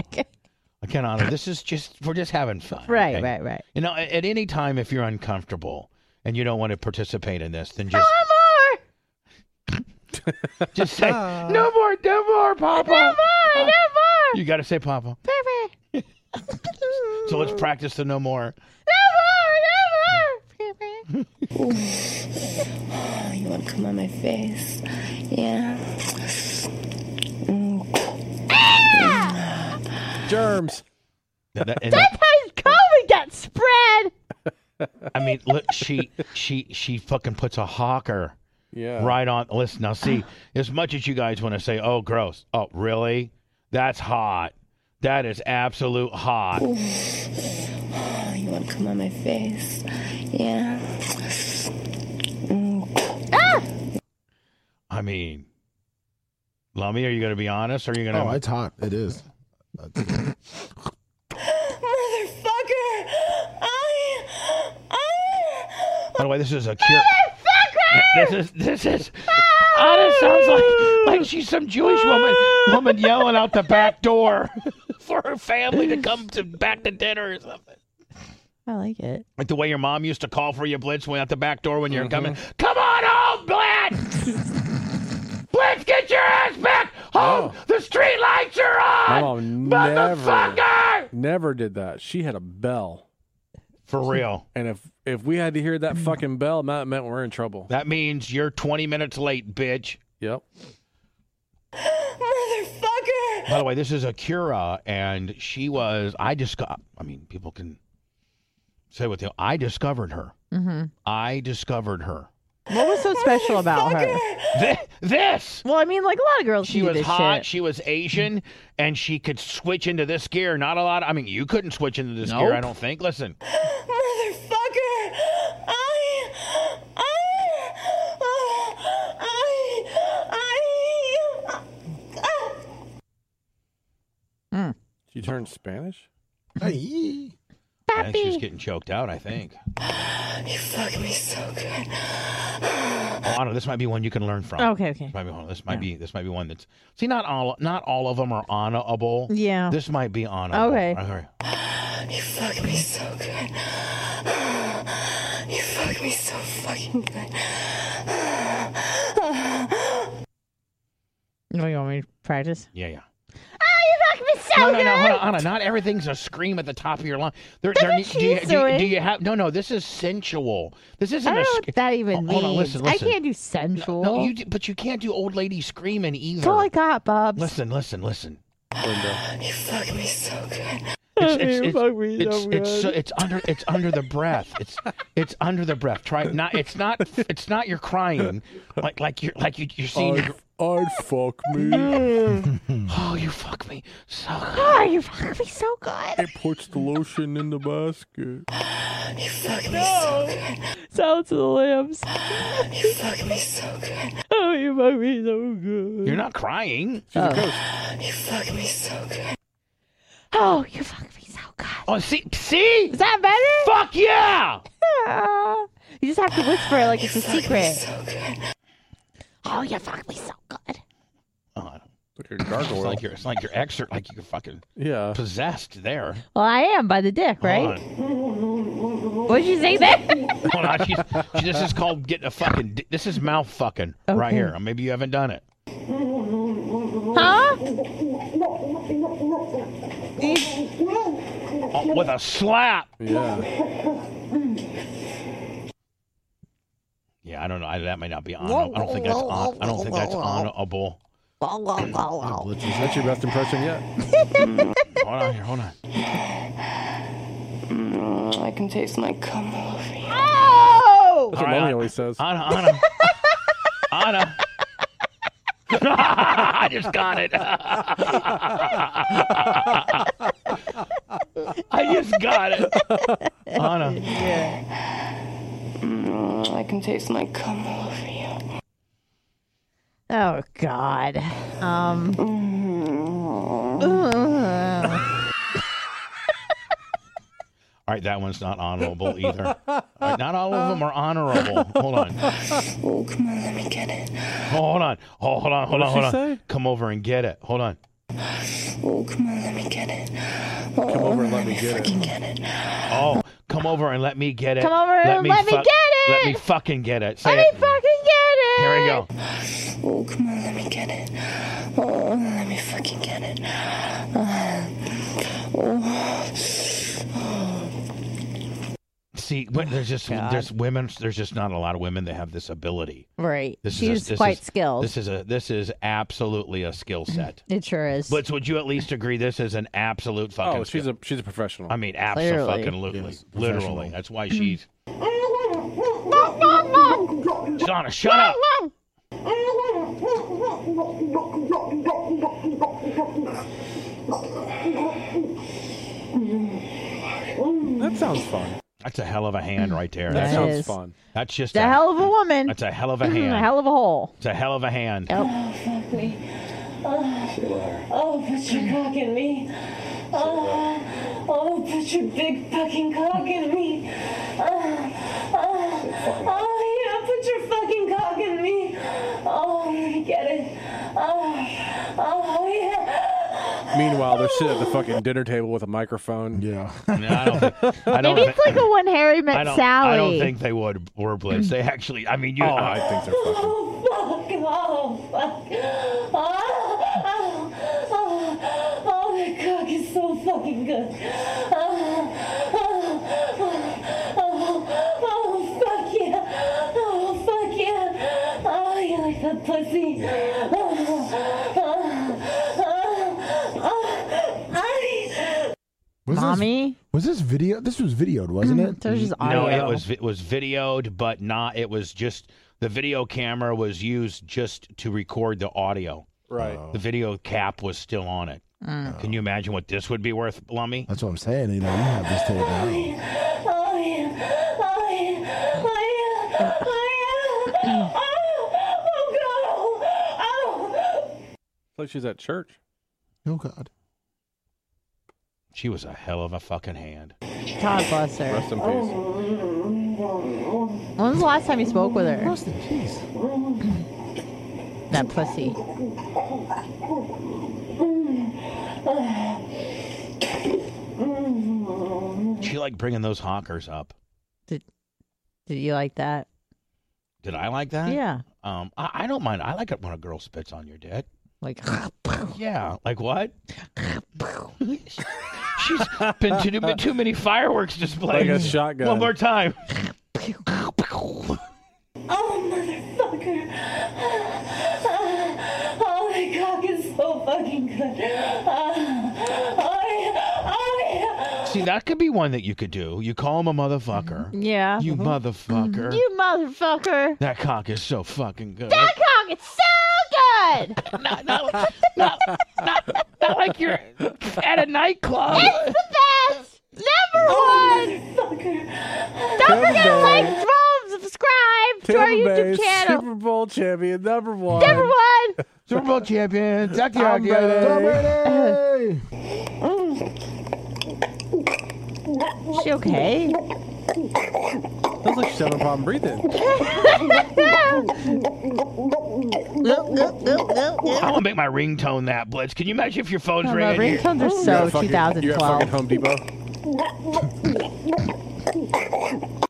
Speaker 2: I can't honor. This is just. We're just having fun.
Speaker 3: right,
Speaker 2: okay?
Speaker 3: right, right.
Speaker 2: You know, a- at any time, if you're uncomfortable and you don't want to participate in this, then just
Speaker 3: One
Speaker 2: just say no more, no more, Papa.
Speaker 3: Ah. more. One more.
Speaker 2: You got to say Papa.
Speaker 3: Perfect.
Speaker 2: So let's practice the no more.
Speaker 3: No more. No more.
Speaker 6: oh, you want to come on my face? Yeah.
Speaker 3: Ah!
Speaker 5: germs.
Speaker 2: That- that- and
Speaker 3: That's how COVID got spread.
Speaker 2: I mean, look, she she she fucking puts a hawker
Speaker 5: Yeah.
Speaker 2: right on. Listen, now see, as much as you guys want to say, "Oh, gross," oh, really? That's hot. That is absolute hot.
Speaker 6: Oh, you want to come on my face? Yeah. Mm.
Speaker 2: Ah! I mean, Lummy, are you going to be honest? Or are you going to?
Speaker 4: Oh, it's hot. It is. That's-
Speaker 6: Motherfucker! I. I.
Speaker 2: By the way, this is a cure. This is this is. Anna sounds like like she's some Jewish woman woman yelling out the back door for her family to come to back to dinner or something.
Speaker 3: I like it.
Speaker 2: Like the way your mom used to call for you, Blitz, when out the back door when you're coming. Come on home, Blitz! Blitz, get your ass back home! The street lights are
Speaker 5: My
Speaker 2: on!
Speaker 5: mom never,
Speaker 2: Motherfucker!
Speaker 5: never did that. She had a bell.
Speaker 2: For real.
Speaker 5: And if if we had to hear that fucking bell, that meant we're in trouble.
Speaker 2: That means you're 20 minutes late, bitch.
Speaker 5: Yep.
Speaker 6: Motherfucker!
Speaker 2: By the way, this is Akira, and she was. I just got. I mean, people can say what they. I discovered her.
Speaker 3: Mm-hmm.
Speaker 2: I discovered her.
Speaker 3: What was so special about her?
Speaker 2: Thi- this.
Speaker 3: Well, I mean, like a lot of girls
Speaker 2: She
Speaker 3: do
Speaker 2: was
Speaker 3: this
Speaker 2: hot.
Speaker 3: shit.
Speaker 2: She was Asian, and she could switch into this gear. Not a lot. I mean, you couldn't switch into this gear. I
Speaker 3: Nope.
Speaker 2: don't think. Listen,
Speaker 6: Motherfucker! I. I. I. I.
Speaker 3: Mm.
Speaker 5: She turned Spanish.
Speaker 4: Hey.
Speaker 2: I think she's getting choked out. I think.
Speaker 6: You fucked me so good.
Speaker 2: Oh, I don't know. This might be one you can learn from.
Speaker 3: Okay, okay.
Speaker 2: This might be one. This might
Speaker 3: Yeah.
Speaker 2: be. This might be one that's. See, not all. Not all of them are honorable.
Speaker 3: Yeah.
Speaker 2: This might be honorable.
Speaker 3: Okay.
Speaker 2: All right.
Speaker 6: You fuck me so good. You fuck me so fucking good.
Speaker 3: No, Oh, you want me to practice?
Speaker 2: Yeah, yeah.
Speaker 3: Ah, Fuck me so
Speaker 2: No,
Speaker 3: good.
Speaker 2: no, no, hold on, hold on. Not everything's a scream at the top of your lung. There,
Speaker 3: That's
Speaker 2: there,
Speaker 3: what
Speaker 2: do, you,
Speaker 3: she's
Speaker 2: do, you, do
Speaker 3: doing.
Speaker 2: you have? No, no. This is sensual. This isn't
Speaker 3: I
Speaker 2: a.
Speaker 3: don't know
Speaker 2: sc-
Speaker 3: what that even
Speaker 2: Hold
Speaker 3: means.
Speaker 2: on, listen, listen.
Speaker 3: I can't do sensual.
Speaker 2: No, you. do- But you can't do old lady screaming either.
Speaker 3: That's all I got, Bubs.
Speaker 2: Listen, listen, listen.
Speaker 6: You fuck me so good.
Speaker 2: It's it's it's, it's, it's, so- it's under it's under the breath. It's it's under the breath. Try not. It's not. It's not. You're crying like like you're like you, you're seeing. your-
Speaker 5: I'd fuck me.
Speaker 2: oh, you fuck me so. good.
Speaker 3: Oh, you fuck me so good.
Speaker 5: Puts the lotion in the basket.
Speaker 6: You fuck me so good.
Speaker 3: Sound to the limbs.
Speaker 6: You fuck me so good.
Speaker 3: Oh, you fuck me so good.
Speaker 2: You're not crying.
Speaker 6: You fuck me so good.
Speaker 3: Oh, you fuck me so good.
Speaker 2: Oh, see, see.
Speaker 3: Is that better?
Speaker 2: Fuck yeah!
Speaker 3: Yeah. You just have to whisper it like it's a secret.
Speaker 6: So good.
Speaker 3: Oh, you fuck me so good.
Speaker 2: Oh,
Speaker 5: Like a
Speaker 2: it's
Speaker 5: gargoyle.
Speaker 2: like you're it's like you're exert like you're fucking
Speaker 5: yeah.
Speaker 2: possessed there.
Speaker 3: Well, I am by the dick, right?
Speaker 2: Hold
Speaker 3: What'd you say there?
Speaker 2: on. Hold on, she's- she- this is called getting a fucking. di- This is mouth fucking right
Speaker 3: Okay.
Speaker 2: here. Maybe you haven't done it.
Speaker 3: huh?
Speaker 2: Oh, with a slap.
Speaker 5: Yeah.
Speaker 2: Yeah, I don't know. I, that might not be honorable. I don't think that's. On, I don't think that's honorable.
Speaker 4: Let's
Speaker 5: Is
Speaker 4: just-
Speaker 5: that your best impression yet?
Speaker 2: Hold on here. Hold on.
Speaker 6: Mm, I can taste my cum all over you.
Speaker 3: Oh!
Speaker 5: That's what
Speaker 2: All right,
Speaker 5: mommy
Speaker 2: I-
Speaker 5: always says.
Speaker 2: Anna, Anna, Anna. I just got it. I just got it. Anna.
Speaker 6: Mm, I can taste my cum all over you.
Speaker 3: Oh, God. Um.
Speaker 2: All right, that one's not honorable either. All right, not all of them are honorable. Hold on.
Speaker 6: Oh, come on, let me get it.
Speaker 2: Hold on. Oh, hold on. Hold on.
Speaker 5: did
Speaker 2: Hold on.
Speaker 5: she say?
Speaker 2: Come over and get it. Hold on.
Speaker 6: Oh, come on, let me get it. Oh,
Speaker 5: Come over and let me get it.
Speaker 6: Fucking get it.
Speaker 2: Oh, come over and let me get it.
Speaker 3: Come over and let me
Speaker 2: fuck-
Speaker 3: get it.
Speaker 2: Let me fucking get it. Say
Speaker 3: Let me
Speaker 2: it.
Speaker 3: fucking get it!
Speaker 2: Here we go.
Speaker 6: Oh, come on, let me get it. Oh, let me fucking get it. Uh, oh.
Speaker 2: See, when- there's just there's women. There's just not a lot of women that have this ability.
Speaker 3: Right.
Speaker 2: This
Speaker 3: She's
Speaker 2: is a- this
Speaker 3: quite
Speaker 2: is-
Speaker 3: skilled.
Speaker 2: This is a this is absolutely a skill set.
Speaker 3: it sure is.
Speaker 2: Blitz, would you at least agree this is an absolute fucking?
Speaker 5: Oh, she's
Speaker 2: skill?
Speaker 5: a she's a professional.
Speaker 2: I mean, absolutely, fucking
Speaker 4: Yes,
Speaker 2: literally.
Speaker 4: professional.
Speaker 2: That's why she's.
Speaker 3: Mm.
Speaker 2: Donna, shut up.
Speaker 5: that sounds fun.
Speaker 2: That's a hell of a hand right there.
Speaker 5: That
Speaker 2: That's,
Speaker 3: That
Speaker 5: sounds
Speaker 3: is.
Speaker 5: fun.
Speaker 2: that's just
Speaker 3: the
Speaker 2: a,
Speaker 3: hell of a woman.
Speaker 2: That's a hell of a
Speaker 3: Mm,
Speaker 2: hand.
Speaker 3: a hell of a hole.
Speaker 2: it's a hell of a hand.
Speaker 6: Fuck me. Uh, Oh, put your cock in me. Oh, oh, put your big fucking cock in me. Oh, oh, oh, yeah, put your fucking cock in me. Oh, let me get it. Oh, oh, yeah.
Speaker 5: Meanwhile, they're sitting at the fucking dinner table with a microphone.
Speaker 4: yeah.
Speaker 2: No, I don't think. I don't
Speaker 3: Maybe it's
Speaker 2: thi-
Speaker 3: like a one Harry met
Speaker 2: I don't,
Speaker 3: Sally.
Speaker 2: I don't think they would were Blitz. They actually. I mean, you.
Speaker 5: Oh, I think they're fucking.
Speaker 6: Oh, fuck. Oh, fuck. Oh, oh, oh, oh, that cock is so fucking good. Oh, oh, oh, oh, oh, fuck yeah. Oh, fuck yeah. Oh, you like that pussy. Oh, oh, oh, oh, oh.
Speaker 4: Was
Speaker 3: Mommy? Mm,
Speaker 4: This, was this video? This was videoed, wasn't it?
Speaker 3: There's just
Speaker 2: No,
Speaker 3: audio.
Speaker 2: it was it was videoed, but not. It was just the video camera was used just to record the audio.
Speaker 5: Right.
Speaker 2: The video cap was still on it. Can you imagine what this would be worth, Lummy?
Speaker 4: That's what I'm saying. You know, you have this tape out.
Speaker 6: Oh yeah, oh yeah, oh yeah, oh yeah. Oh, oh god, oh.
Speaker 5: It's like she's at church.
Speaker 4: Oh God.
Speaker 2: She was a hell of a fucking hand.
Speaker 6: Oh.
Speaker 3: God bless her.
Speaker 5: Rest in peace.
Speaker 6: When was the last time you spoke with her?
Speaker 3: Austin, jeez.
Speaker 6: That pussy.
Speaker 2: She liked bringing those honkers up.
Speaker 6: Did you like that?
Speaker 2: Did I like that?
Speaker 6: Yeah.
Speaker 2: Um, I, I don't mind. I like it when a girl spits on your dick.
Speaker 6: Like,
Speaker 2: Yeah. Like what? She's been to do- been too many fireworks
Speaker 5: Like a
Speaker 2: displays.
Speaker 5: shotgun.
Speaker 2: One more time.
Speaker 7: Oh, motherfucker. Oh, my cock is so fucking good. Uh, Oh, yeah. Oh, yeah.
Speaker 2: See, that could be one that you could do. You call him a motherfucker.
Speaker 6: yeah. Mm-hmm.
Speaker 2: You motherfucker.
Speaker 6: You motherfucker.
Speaker 2: That cock is so fucking good.
Speaker 6: That cock is so good.
Speaker 2: not, not, not, not, not like you're at a nightclub.
Speaker 6: It's the best. Number one.
Speaker 7: Motherfucker.
Speaker 6: Don't forget to
Speaker 5: Bay.
Speaker 6: like, throw, and subscribe to our
Speaker 5: Tampa Bay
Speaker 6: YouTube channel.
Speaker 5: Super Bowl champion number one.
Speaker 6: Number one.
Speaker 3: Super Bowl champion. Ducky
Speaker 5: Tom
Speaker 3: Ducky.
Speaker 5: Brady.
Speaker 3: Tom Brady.
Speaker 6: She okay?
Speaker 5: Sounds like she's having a problem breathing.
Speaker 2: I want to make my ringtone that, Blitz. Can you imagine if your phone's
Speaker 6: Oh, my
Speaker 2: ringing?
Speaker 6: ringtones are
Speaker 5: You got
Speaker 6: so
Speaker 5: fucking- You got
Speaker 6: 2012.
Speaker 5: fucking Home Depot.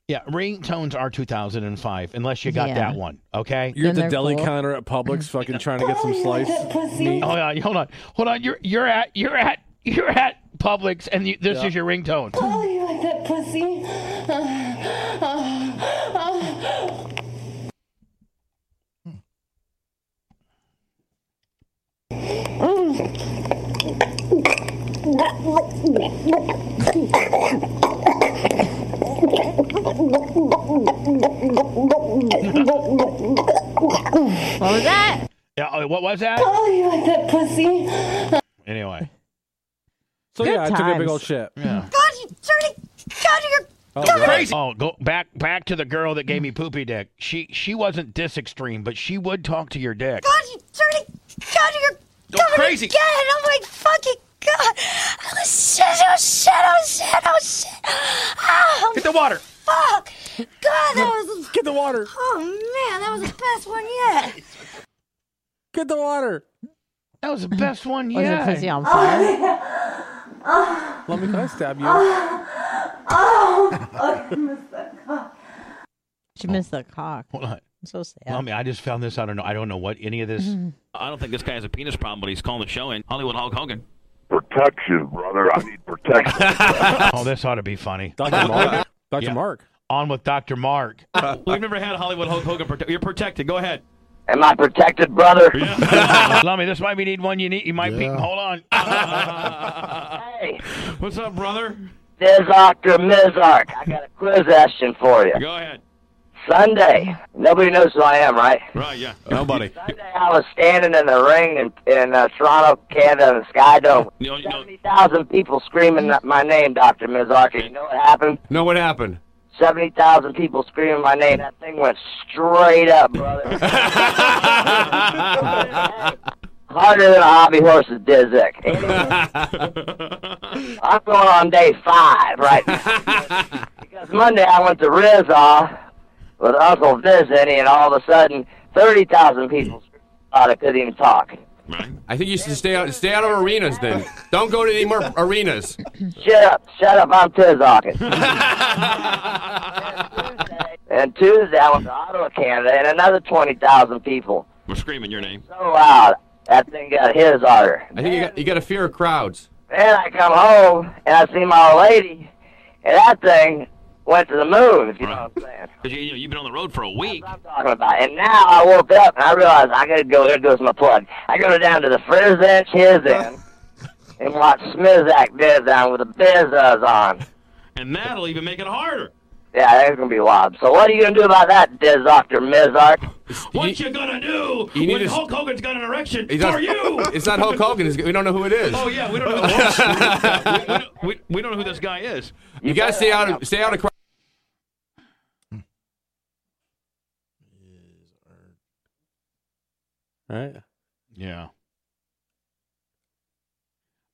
Speaker 2: Yeah, ringtones are 2005, unless you got
Speaker 6: Yeah.
Speaker 2: that one, okay?
Speaker 5: You're at
Speaker 6: Then they're
Speaker 5: the deli
Speaker 6: cool.
Speaker 5: counter at Publix, fucking trying to get some
Speaker 7: Oh, you
Speaker 5: slice.
Speaker 7: good pussy.
Speaker 2: Hold on, hold on, hold on. You're you're at you're at you're at Publix, and you, this is your ringtone.
Speaker 7: Oh, you like that pussy? Uh, uh, uh.
Speaker 6: What was that?
Speaker 2: Yeah, oh, what was that?
Speaker 7: Oh, you like that pussy?
Speaker 2: Oh, Anyway,
Speaker 5: So
Speaker 6: Good
Speaker 5: yeah, I took a big
Speaker 6: times.
Speaker 5: old shit.
Speaker 2: yeah.
Speaker 5: Oh, God.
Speaker 2: Oh, go back back to the girl that gave me poopy dick. She she wasn't this extreme, but she would talk to your dick.
Speaker 8: God, you dirty God, you're
Speaker 2: Go crazy.
Speaker 8: again. Oh my fucking god. Oh shit, oh shit, oh shit, oh shit. Oh
Speaker 2: Get the water.
Speaker 8: fuck. God, that was
Speaker 5: Get the water.
Speaker 8: oh man, that was the best one yet.
Speaker 5: Get the water.
Speaker 2: That was the best one
Speaker 6: Was
Speaker 2: yet.
Speaker 6: her pussy on
Speaker 7: Oh,
Speaker 6: fire?
Speaker 5: Let me can I stab you.
Speaker 6: She missed the cock.
Speaker 2: Hold on.
Speaker 6: I'm so sad.
Speaker 2: Mommy, I just found this. I don't know. I don't know what any of this.
Speaker 9: I don't think this guy has a penis problem, but he's calling the show in. Hollywood Hulk Hogan.
Speaker 10: Protection, brother. I need protection.
Speaker 2: Oh, this ought to be funny.
Speaker 5: Dr. Mark. Dr.
Speaker 2: Yeah.
Speaker 5: Mark.
Speaker 2: On with Dr. Mark.
Speaker 9: We've never had Hollywood Hulk Hogan. Prote- You're protected. Go ahead.
Speaker 10: Am I protected, brother?
Speaker 2: Lummy, this might be need one you need. You might
Speaker 3: Yeah.
Speaker 2: be. Hold on.
Speaker 10: Hey,
Speaker 9: What's up, brother?
Speaker 10: Mizark or Mizark, I got a quiz question for you.
Speaker 9: Go ahead.
Speaker 10: Sunday, nobody knows who I am, right?
Speaker 9: Right, yeah. Nobody.
Speaker 10: Sunday, I was standing in the ring in, in uh, Toronto, Canada, in the Sky Dome.
Speaker 9: You know, you know,
Speaker 10: 70,000 people screaming my name, Dr. Mizark. You know what happened?
Speaker 11: No, what happened?
Speaker 10: 70,000 people screaming my name. That thing went straight up, brother. Harder than a hobby horse's dizzick. I'm going on day five right now. because Monday I went to Rizal with Uncle Vizini, and all of a sudden, 30,000 people screamed. I couldn't even talk.
Speaker 11: I think you should stay out, stay out of arenas then. Don't go to any more arenas.
Speaker 10: Shut up, shut up, I'm Tizzocking. and Tuesday I went to Ottawa, Canada, and another 20,000 people.
Speaker 9: we're screaming your name.
Speaker 10: so loud. That thing got his order.
Speaker 11: I think you got, you got a fear of crowds.
Speaker 10: Then I come home and I see my old lady, and that thing went to the moon, if you know what I'm saying.
Speaker 9: 'Cause you, you know, you've been on the road for a week.
Speaker 10: That's what I'm talking about. And now I woke up and I realized I gotta go. There goes my plug. I go down to the Friz Inch, his end, and watch Smizak biz down with the bizzas on.
Speaker 9: And that'll even make it harder.
Speaker 10: Yeah, that's gonna be wild. So what are you gonna do about that, Diz Doctor Mizark?
Speaker 9: What you, gonna do
Speaker 11: you need
Speaker 9: when
Speaker 11: to s-
Speaker 9: Hulk Hogan's got an erection
Speaker 11: He's not-
Speaker 9: for you?
Speaker 11: It's not Hulk Hogan. It's, we don't know who it is.
Speaker 9: Oh yeah, we don't know. we, we, don't- we, we don't know who this guy is.
Speaker 11: You got to stay out of stay out of crowds.
Speaker 5: All right.
Speaker 2: Yeah.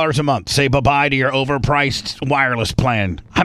Speaker 2: a month. Say bye bye to your overpriced wireless plan. I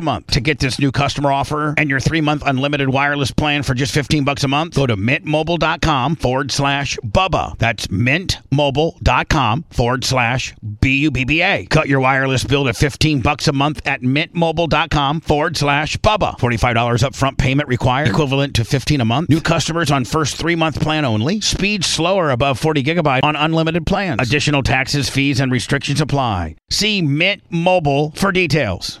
Speaker 2: month. To get this new customer offer and your 3-month unlimited wireless plan for just 15 bucks a month, go to mintmobile.com forward slash Bubba. That's mintmobile.com forward slash B-U-B-B-A. Cut your wireless bill to 15 bucks a month at mintmobile.com forward slash Bubba. $45 upfront payment required, equivalent to 15 a month. New customers on first three-month plan only. Speed slower above 40 gigabyte on unlimited plans. Additional taxes, fees, and restrictions apply. See Mint Mobile for details.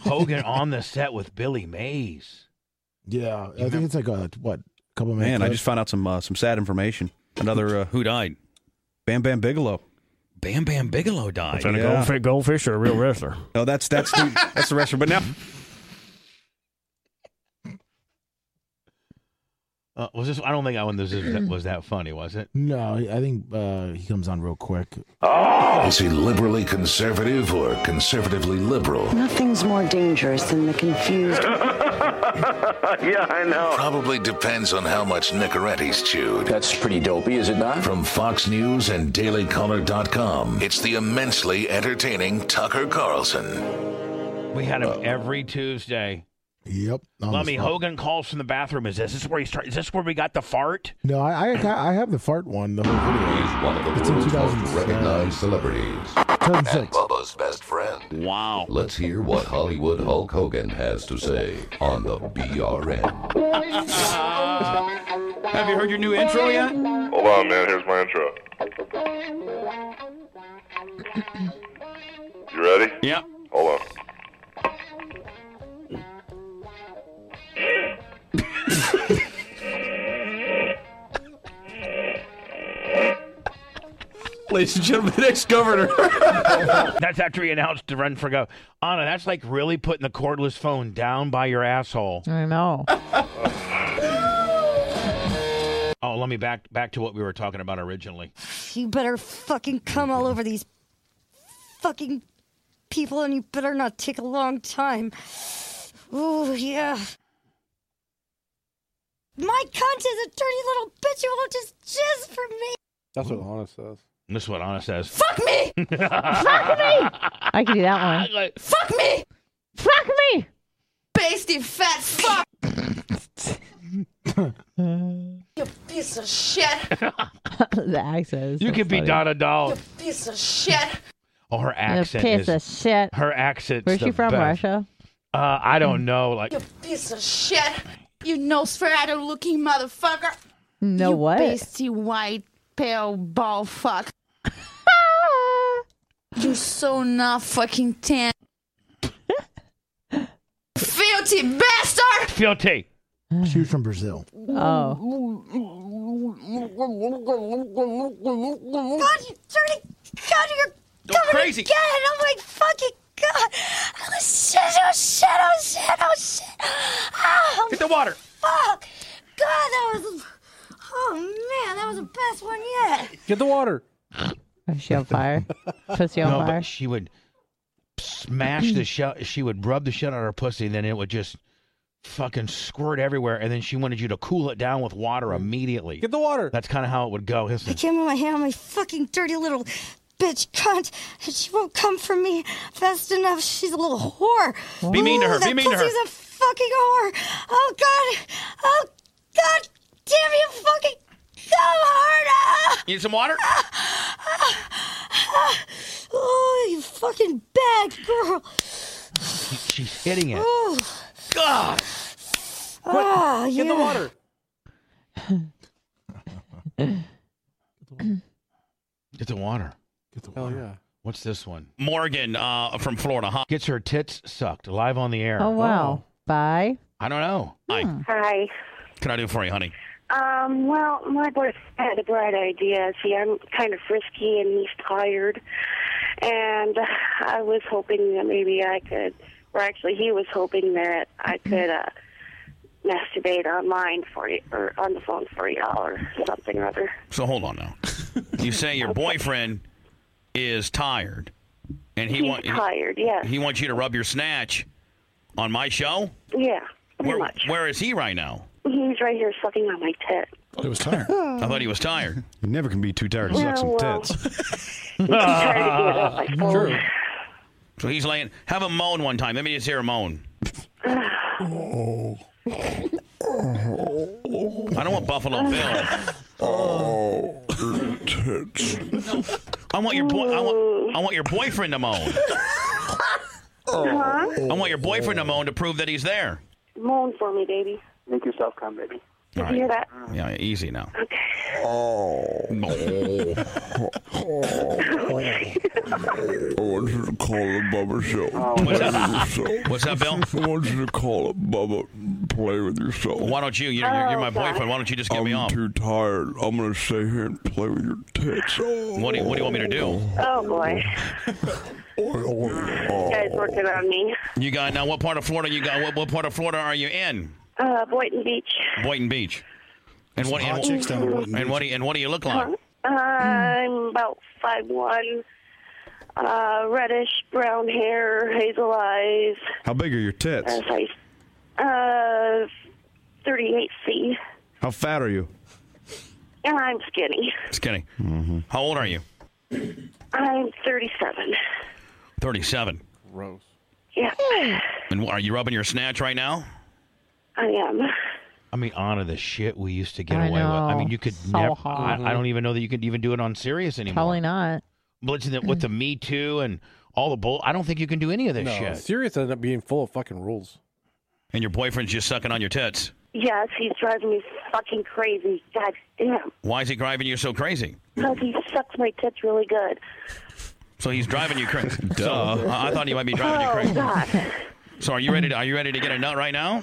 Speaker 3: Hogan on the set with Billy Mays.
Speaker 4: Yeah, I think it's like a what couple minutes.
Speaker 12: Man, I just found out some uh, some sad information. Another uh,
Speaker 2: who died?
Speaker 12: Bam Bam Bigelow.
Speaker 2: Bam Bam Bigelow died.
Speaker 13: Was that a goldfish, goldfish or a real wrestler?
Speaker 12: No, Oh, that's that's the, that's the wrestler. But now,
Speaker 3: Uh, was this? I don't think I when this is, was that funny, was it?
Speaker 4: no. I think uh, he comes on real quick.
Speaker 14: Is he liberally conservative or conservatively liberal?
Speaker 15: Nothing's more dangerous than the confused.
Speaker 14: yeah, I know. Probably depends on how much Nicoretti's chewed. That's pretty dopey, is it not? From Fox News and DailyCaller.com, it's the immensely entertaining Tucker Carlson.
Speaker 3: We had him every Tuesday.
Speaker 4: Yep. on the
Speaker 3: Lummy
Speaker 4: spot.
Speaker 3: Hogan calls from the bathroom. Is this, is this where he start? Is this where we got the fart?
Speaker 4: No, I, I I have the fart one. The whole video.
Speaker 14: He's one of the
Speaker 4: It's in
Speaker 14: world's
Speaker 4: 2000.
Speaker 14: most recognized celebrities. And
Speaker 4: 2006.
Speaker 14: Bubba's best friend.
Speaker 2: Wow.
Speaker 14: Let's hear what Hollywood Hulk Hogan has to say on the BRN.
Speaker 12: have you heard your new intro yet?
Speaker 16: Hold on, man. Here's my intro. You ready?
Speaker 12: Yeah.
Speaker 16: Hold on.
Speaker 12: ladies and gentlemen, the next governor.
Speaker 3: that's after he announced to run for go. Anna, that's like really putting the cordless phone down by your asshole.
Speaker 17: I know.
Speaker 3: Oh, let me back back to what we were talking about originally.
Speaker 8: You better fucking come all over these fucking people, and you better not take a long time. Ooh, yeah. My cunt is a dirty little bitch who won't just jizz for me.
Speaker 5: That's what Anna says.
Speaker 3: This is what Anna says.
Speaker 8: Fuck me!
Speaker 17: Fuck me! I can do that one.
Speaker 8: Fuck me!
Speaker 17: Fuck me!
Speaker 8: Basty fat fuck! you piece of shit!
Speaker 17: the accent. Is
Speaker 3: You
Speaker 17: so
Speaker 3: could be
Speaker 17: funny.
Speaker 3: Donna Doll.
Speaker 8: Piece of shit!
Speaker 3: Oh, her
Speaker 17: You
Speaker 3: accent
Speaker 17: piece
Speaker 3: is
Speaker 17: of shit.
Speaker 3: her accent's
Speaker 17: Where's she
Speaker 3: the
Speaker 17: from?
Speaker 3: best.
Speaker 17: Russia.
Speaker 3: Uh, I don't know. Like
Speaker 8: You piece of shit! You Nosferatu looking motherfucker!
Speaker 17: No what?
Speaker 15: Pasty white pale ball fuck.
Speaker 18: You're so not fucking tan. Filthy bastard!
Speaker 2: Filthy.
Speaker 4: She was from Brazil.
Speaker 3: Oh.
Speaker 17: Oh.
Speaker 8: God, you dirty. God, you're coming
Speaker 2: crazy.
Speaker 8: again. Oh my fucking god. Oh shit, oh shit, oh shit, oh shit. Oh,
Speaker 2: Get the water.
Speaker 8: Fuck. God, that was. Oh man, that was the best one yet.
Speaker 5: Get the water.
Speaker 2: Is she on fire?
Speaker 17: Pussy on
Speaker 2: no,
Speaker 17: fire?
Speaker 2: But she would smash the shell. She would rub the shit on her pussy, and then it would just fucking squirt everywhere. And then she wanted you to cool it down with water immediately. Get
Speaker 5: the water.
Speaker 2: That's kind of how it would go. Listen.
Speaker 8: I came with my hand on my fucking dirty little bitch cunt, and she won't come for me fast enough. She's a little whore.
Speaker 2: Be mean to her,
Speaker 8: Ooh, that
Speaker 2: be mean to her.
Speaker 8: pussy's a fucking whore. Oh god. Oh god. Damn you fucking. Go harder.
Speaker 2: You need some water?
Speaker 8: Oh, you fucking bad girl.
Speaker 2: She's hitting it.
Speaker 8: Oh.
Speaker 2: God.
Speaker 8: Ah,
Speaker 5: Get the
Speaker 8: yeah.
Speaker 5: water.
Speaker 2: Get the water.
Speaker 5: Get the water. Hell yeah.
Speaker 2: What's this one? Morgan uh, from Florida, huh? Gets her tits sucked live on the air.
Speaker 17: Oh, wow. Bye.
Speaker 2: I don't know.
Speaker 19: Hmm.
Speaker 2: Hi.
Speaker 19: Hi.
Speaker 2: Can I do for you, honey?
Speaker 19: Um, well, my boyfriend had a bright idea. See, I'm kind of frisky and he's tired. And I was hoping that maybe I could, or actually, he was hoping that I could uh, masturbate online for you, or on the phone for y'all, or something or other.
Speaker 2: So hold on now. you say your boyfriend is tired, and he
Speaker 19: he's
Speaker 2: wants
Speaker 19: tired, yes.
Speaker 2: he wants you to rub your snatch on my show.
Speaker 19: yeah.
Speaker 2: Where, where is he right now?
Speaker 19: He's right here sucking on my tit.
Speaker 12: It was tired.
Speaker 2: I thought he was tired.
Speaker 12: You never can be too tired to
Speaker 19: Yeah,
Speaker 12: suck some
Speaker 19: well.
Speaker 12: tits.
Speaker 2: True. So he's laying. Have him moan one time. Let me just hear him moan.
Speaker 6: Oh.
Speaker 2: I don't want Buffalo Bill.
Speaker 6: Oh. Tits.
Speaker 2: I want your boy. I want. I want your boyfriend to moan.
Speaker 19: Uh-huh.
Speaker 2: I want your boyfriend to moan to prove that he's there.
Speaker 19: Moan for me, baby.
Speaker 2: Make yourself come, baby. All
Speaker 19: You hear
Speaker 2: right.
Speaker 19: that?
Speaker 2: Yeah, easy now.
Speaker 6: Oh. Oh.
Speaker 2: Oh.
Speaker 6: I want you to call it Bubba Show.
Speaker 19: Oh,
Speaker 2: What's
Speaker 6: Play
Speaker 2: up?
Speaker 6: with yourself.
Speaker 2: What's up, Bill?
Speaker 6: I want you to call it Bubba. Play with yourself.
Speaker 2: Why don't you? You're, you're, you're my boyfriend. Why don't you just get
Speaker 6: I'm
Speaker 2: me off?
Speaker 6: too tired. I'm gonna stay here and play with your tits.
Speaker 2: What do you, What do you want me to do?
Speaker 19: Oh, boy.
Speaker 6: Oh.
Speaker 19: You guys working on me.
Speaker 2: You got now. What part of Florida you got? What, what part of Florida are you in?
Speaker 19: Uh, Boynton Beach.
Speaker 2: Boynton Beach. And what?
Speaker 19: hot
Speaker 2: And,
Speaker 19: chicks down in Boynton
Speaker 2: and what? Do you, and what do you look like?
Speaker 19: Uh, I'm about five one. Uh, reddish brown hair, hazel eyes.
Speaker 12: How big are your tits?
Speaker 19: Uh, size, uh, 38C.
Speaker 12: How fat are you?
Speaker 19: And I'm skinny.
Speaker 2: Just kidding.
Speaker 12: Mm-hmm.
Speaker 2: How old are you?
Speaker 19: I'm 37.
Speaker 2: Thirty-seven.
Speaker 5: Gross.
Speaker 19: Yeah,
Speaker 2: And wh- are you rubbing your snatch right now?
Speaker 19: I am.
Speaker 2: I mean, honor the shit we used to get
Speaker 17: I
Speaker 2: away with. I
Speaker 17: know.
Speaker 2: mean, you could
Speaker 17: So
Speaker 2: never.
Speaker 17: hard.
Speaker 2: I, I don't even know that you could even do it on serious anymore.
Speaker 17: Probably not.
Speaker 2: But listen, with the Me Too and all the bull, I don't think you can do any of this
Speaker 5: No,
Speaker 2: shit.
Speaker 5: Sirius ended up being full of fucking rules.
Speaker 2: And your boyfriend's just sucking on your tits.
Speaker 19: Yes, he's driving me fucking crazy. God damn.
Speaker 2: Why is he driving you so crazy?
Speaker 19: Because he sucks my tits really good.
Speaker 2: So he's driving you crazy. Duh. I, I thought he might be driving you
Speaker 19: oh,
Speaker 2: crazy.
Speaker 19: God.
Speaker 2: So are you ready? To, are you ready to get a nut right now?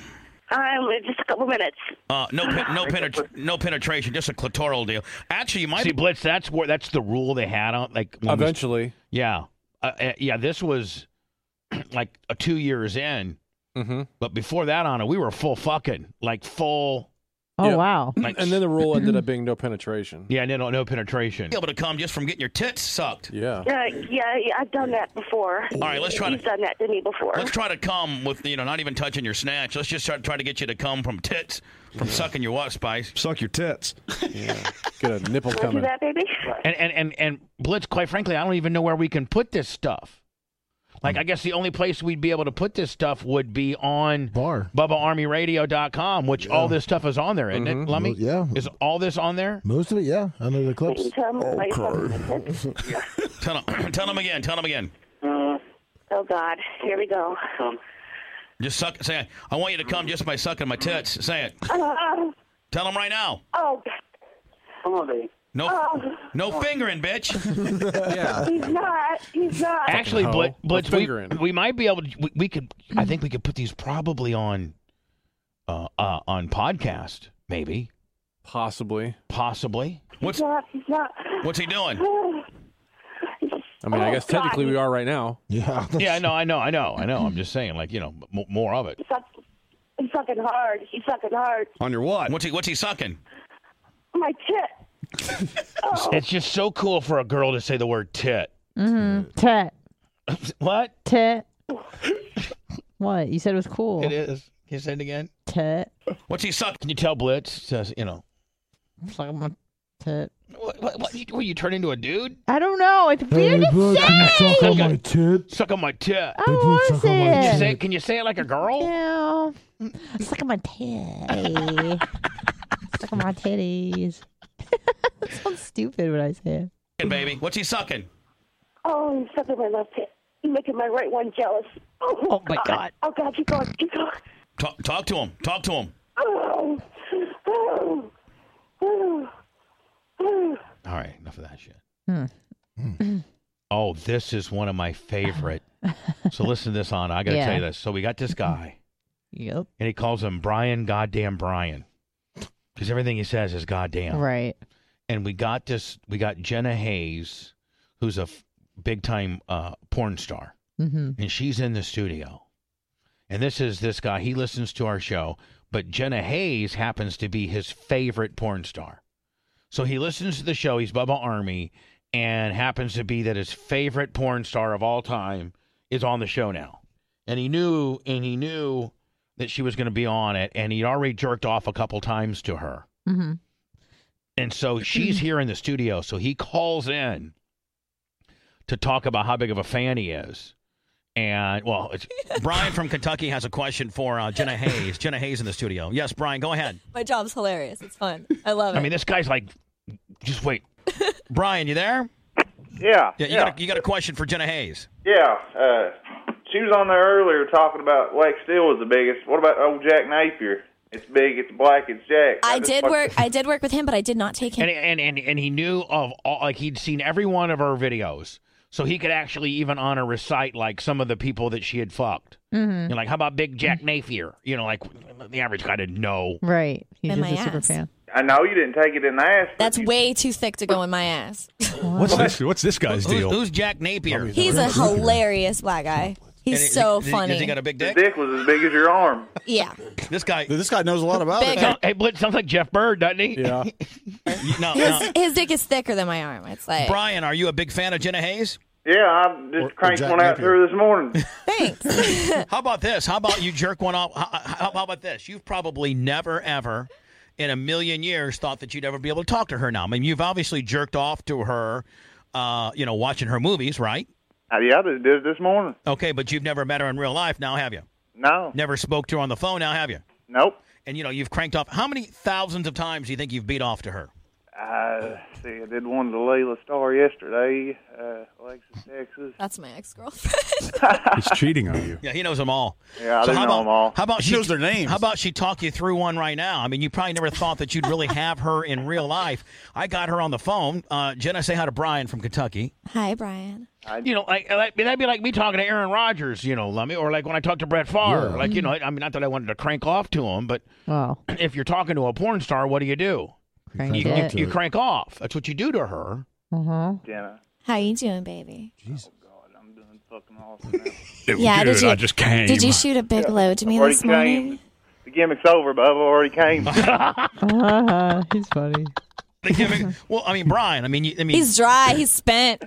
Speaker 19: I'm just a couple minutes.
Speaker 2: Uh, no, pe- no, penet- no penetration, just a clitoral deal. Actually, you might see Blitz. That's where that's the rule they had on like when we-
Speaker 5: Eventually.
Speaker 2: yeah, uh, uh, yeah. This was like a two years in,
Speaker 5: Mm-hmm.
Speaker 2: but before that, on it, we were full fucking like full.
Speaker 17: Oh, wow.
Speaker 5: and then the rule ended up being no penetration.
Speaker 2: Yeah, no, no penetration. Able to come just from getting your tits sucked.
Speaker 5: Yeah.
Speaker 19: Uh, yeah, yeah, I've done that before.
Speaker 2: All right, let's try
Speaker 19: He's
Speaker 2: to-
Speaker 19: done that to me before.
Speaker 2: Let's try to come with you know not even touching your snatch. Let's just try, try to get you to come from tits from sucking your what spice.
Speaker 12: Suck your tits.
Speaker 5: Yeah. Get a nipple
Speaker 19: Wanna do
Speaker 5: coming.
Speaker 19: that, baby?
Speaker 2: And and and and Blitz, quite frankly, I don't even know where we can put this stuff. Like, I guess the only place we'd be able to put this stuff would be on Bar. BubbaArmyRadio.com, which all this stuff is on there, isn't it, Lummy?
Speaker 4: Yeah.
Speaker 2: Is all this on there?
Speaker 4: Most of it, yeah. Under the clips.
Speaker 2: Tell him, tell him again. Tell him again.
Speaker 19: Mm. Oh, God. Here we go.
Speaker 2: Just suck. Say, it. I want you to come just by sucking my tits. Say it.
Speaker 19: Uh,
Speaker 2: Tell him right now.
Speaker 19: oh, somebody.
Speaker 20: No, no fingering, bitch. yeah.
Speaker 19: He's not. He's not.
Speaker 2: Actually,
Speaker 20: Oh,
Speaker 2: Blitz,
Speaker 20: we're
Speaker 2: Blitz we,
Speaker 20: fingering.
Speaker 2: we might be able to. We, we could. I think we could put these probably on, uh, uh on podcast maybe.
Speaker 5: Possibly.
Speaker 2: Possibly.
Speaker 20: What's
Speaker 19: he's not.
Speaker 20: What's he doing?
Speaker 5: I mean, I guess technically we are right now.
Speaker 21: Yeah.
Speaker 2: Yeah. I know. I know. I know. I know. I'm just saying, like you know, m- more of it.
Speaker 19: He's sucking hard. He's sucking hard.
Speaker 2: On your what? What's
Speaker 20: he? What's he sucking?
Speaker 19: My tit.
Speaker 2: It's just so cool for a girl to say the word tit.
Speaker 6: Mm-hmm. Tet.
Speaker 2: What?
Speaker 6: Tet. what? You said it was cool.
Speaker 2: It is. Can you say it again?
Speaker 6: Tet.
Speaker 20: What's he suck?
Speaker 2: Can you tell Blitz? Says you know.
Speaker 6: It's like my tet.
Speaker 2: What? What? what you, what, you turn into a dude?
Speaker 6: I don't know. It's weird to say.
Speaker 2: suck on my tit. Suck on my tit.
Speaker 6: I want to say
Speaker 2: Can you
Speaker 6: it.
Speaker 2: say, can you say it like a girl?
Speaker 6: No. Suck on my titty. Suck on my titties. that sounds stupid when I say it.
Speaker 20: Sucking, baby. What's he sucking?
Speaker 19: Oh, he's sucking my left tit. He's making my right one jealous. Oh,
Speaker 20: my God.
Speaker 19: Oh God, keep going, keep going.
Speaker 20: Talk, talk to him. Talk to him.
Speaker 19: Oh, oh, oh, oh.
Speaker 2: All right, enough of that shit. Oh, this is one of my favorite. so listen to this, Anna. I got to
Speaker 6: Yeah.
Speaker 2: tell you this. So we got this guy.
Speaker 6: Yep.
Speaker 2: And he calls him Brian Goddamn Brian. Because everything he says is goddamn.
Speaker 6: Right.
Speaker 2: And we got this, we got Jenna Hayes, who's a f- big time uh, porn star.
Speaker 6: Mm-hmm.
Speaker 2: And she's in the studio. And this is this guy. He listens to our show, but Jenna Hayes happens to be his favorite porn star. So he listens to the show. He's Bubba Army, and happens to be that his favorite porn star of all time is on the show now. And he knew, and he knew that she was going to be on it, and he'd already jerked off a couple times to her.
Speaker 6: Mm-hmm.
Speaker 2: And so she's here in the studio. So he calls in to talk about how big of a fan he is. And well, it's
Speaker 20: Brian from Kentucky has a question for uh, Jenna Hayes. Jenna Hayes in the studio. Yes, Brian, go ahead.
Speaker 22: My job's hilarious. It's fun. I love it.
Speaker 2: I mean, this guy's like, just wait.
Speaker 20: Brian, you there?
Speaker 23: Uh, Yeah.
Speaker 20: Yeah, you, Got, a, you got a question for Jenna Hayes.
Speaker 23: Yeah, uh, she was on there earlier talking about Lake Steel was the biggest. What about old Jack Napier? It's big, it's black, it's Jack.
Speaker 22: I
Speaker 23: just
Speaker 22: did
Speaker 23: fucking-
Speaker 22: work. I did work with him, but I did not take him.
Speaker 2: And, and and and he knew of all, like he'd seen every one of her videos, so he could actually even honor recite like some of the people that she had fucked.
Speaker 6: Mhm.
Speaker 22: Hmm.
Speaker 3: Mm-hmm.
Speaker 2: You know, like how about Big Jack Napier? You know, like the average guy didn't know.
Speaker 6: Right. He's
Speaker 22: In
Speaker 6: just a
Speaker 22: my
Speaker 6: super
Speaker 22: ass.
Speaker 6: fan.
Speaker 23: I know Oh, you didn't take it in the ass.
Speaker 22: That's way too thick to go in my ass.
Speaker 20: What's
Speaker 12: this? What's this guy's
Speaker 20: Who's,
Speaker 12: deal?
Speaker 20: who's Jack Napier?
Speaker 22: He's a hilarious black guy. He's so funny.
Speaker 20: Does he got a big dick?
Speaker 23: Dick was as big as your arm.
Speaker 22: Yeah.
Speaker 20: This guy.
Speaker 21: This guy knows a lot about
Speaker 22: Big.
Speaker 21: it.
Speaker 2: Hey, Blitz sounds like Jeff Bird, doesn't he?
Speaker 5: Yeah.
Speaker 20: no, no.
Speaker 22: His, his dick is thicker than my arm. It's like
Speaker 20: Brian, are you a big fan of Jenna Hayes?
Speaker 23: Yeah, I just cranked
Speaker 20: Jack
Speaker 23: one out to her this morning.
Speaker 20: How about this? How about you jerk one off? How, how, how about this? You've probably never, ever in a million years thought that you'd ever be able to talk to her now. I mean, you've obviously jerked off to her, uh, you know, watching her movies, right?
Speaker 23: Uh, yeah, I just did it this morning.
Speaker 20: Okay, but you've never met her in real life now, have you?
Speaker 23: No.
Speaker 20: Never spoke to her on the phone now, have you?
Speaker 23: Nope.
Speaker 20: And, you know, you've cranked off. How many thousands of times do you think you've beat off to her?
Speaker 23: Uh, see, I did one to Layla Star yesterday, uh, Alexis, Texas.
Speaker 22: that's my ex girlfriend.
Speaker 12: He's cheating on you.
Speaker 20: Yeah, he knows them all.
Speaker 23: Yeah, I do
Speaker 20: how
Speaker 23: know
Speaker 20: about,
Speaker 23: them all.
Speaker 20: How about
Speaker 23: He
Speaker 20: she
Speaker 23: knows their names.
Speaker 20: How about she talk you through one right now? I mean, you probably never thought that you'd really have her in real life. I got her on the phone. Uh, Jenna, say hi to Brian from Kentucky.
Speaker 22: Hi, Brian.
Speaker 2: You know, like like- that'd be like me talking to Aaron Rodgers, you know, Lummy, or like when I talk to Brett Favre.
Speaker 6: Yeah.
Speaker 2: Like, you know, I mean, not that I wanted to crank off to him, but
Speaker 6: Wow.
Speaker 2: if you're talking to a porn star, what do you do?
Speaker 6: Crank
Speaker 2: you,
Speaker 6: it.
Speaker 2: you, you crank off. That's what you do to her.
Speaker 6: Uh-huh.
Speaker 23: Jenna.
Speaker 22: How you doing, baby?
Speaker 23: Fucking awesome.
Speaker 22: yeah. Did
Speaker 12: dude,
Speaker 22: you?
Speaker 12: I just came.
Speaker 22: Did you shoot a big load to me
Speaker 23: Already
Speaker 22: this morning?
Speaker 23: came. The gimmick's over, Bubba. Already came.
Speaker 6: Uh-huh. He's funny.
Speaker 20: They give me- well, I mean, Brian. I mean, you, I mean,
Speaker 22: He's dry. He's spent.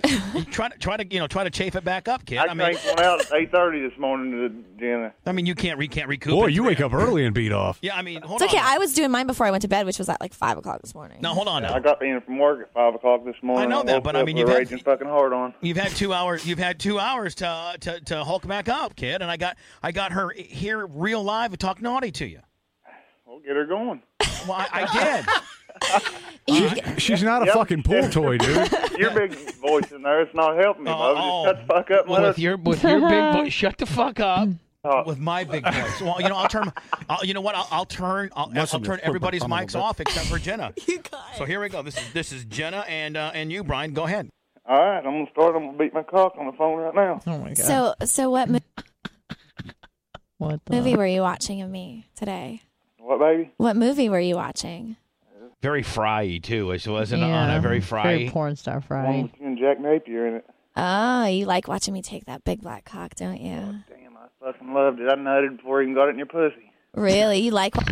Speaker 20: try to try to you know try to chafe it back up, kid. I
Speaker 23: I
Speaker 20: mean,
Speaker 23: cranked one out at 8.30 this morning to Jenna.
Speaker 20: I mean, you can't re can't recoup.
Speaker 12: Boy,
Speaker 20: it.
Speaker 12: you wake up early and beat off.
Speaker 20: Yeah, I mean, hold
Speaker 22: It's okay.
Speaker 20: on.
Speaker 22: I was doing mine before I went to bed, which was at like five o'clock this morning.
Speaker 20: Now hold on. Now.
Speaker 23: I got in from work at five o'clock this morning.
Speaker 20: I know that,
Speaker 23: woke
Speaker 20: but I
Speaker 23: up
Speaker 20: mean,
Speaker 23: with
Speaker 20: you've
Speaker 23: a
Speaker 20: had-
Speaker 23: raging fucking hard on.
Speaker 20: You've had two hours. You've had two hours
Speaker 2: uh,
Speaker 20: to, to to hulk back up, kid. And I got I got her here real live to talk naughty to you.
Speaker 23: We'll get her going.
Speaker 20: Well, I, I did.
Speaker 12: She's not a
Speaker 23: Yep.
Speaker 12: fucking pool toy, dude.
Speaker 23: Your big voice in there, it's not helping me, Bubba. Just shut the fuck up. and
Speaker 2: Well,
Speaker 23: let
Speaker 2: with
Speaker 23: us-
Speaker 2: your with your big voice, shut the fuck up.
Speaker 22: Oh.
Speaker 1: with my big voice. Well, you know, I'll turn. I'll, you know what? I'll, I'll turn. I'll,
Speaker 2: Must
Speaker 1: I'll
Speaker 2: have
Speaker 1: turn
Speaker 2: been
Speaker 1: everybody's
Speaker 2: flipping
Speaker 1: mics
Speaker 2: some of
Speaker 1: off except for Jenna. you guys. So here we go. This is this is Jenna and uh, and you, Brian. Go ahead.
Speaker 23: All right, I'm gonna start. I'm gonna beat my cock on the phone right now.
Speaker 1: Oh my
Speaker 22: So, so what mo-
Speaker 17: What
Speaker 22: movie were you watching of me today?
Speaker 23: What baby?
Speaker 22: What movie were you watching?
Speaker 1: Very fryy too. It wasn't on
Speaker 22: Yeah,
Speaker 1: a very fryy.
Speaker 17: porn star
Speaker 23: One
Speaker 17: Friday.
Speaker 23: with you and Jack Napier in it.
Speaker 22: Oh, you like watching me take that big black cock, don't you?
Speaker 23: Fucking loved it. I nutted before you even got it in your pussy.
Speaker 22: Really, you like?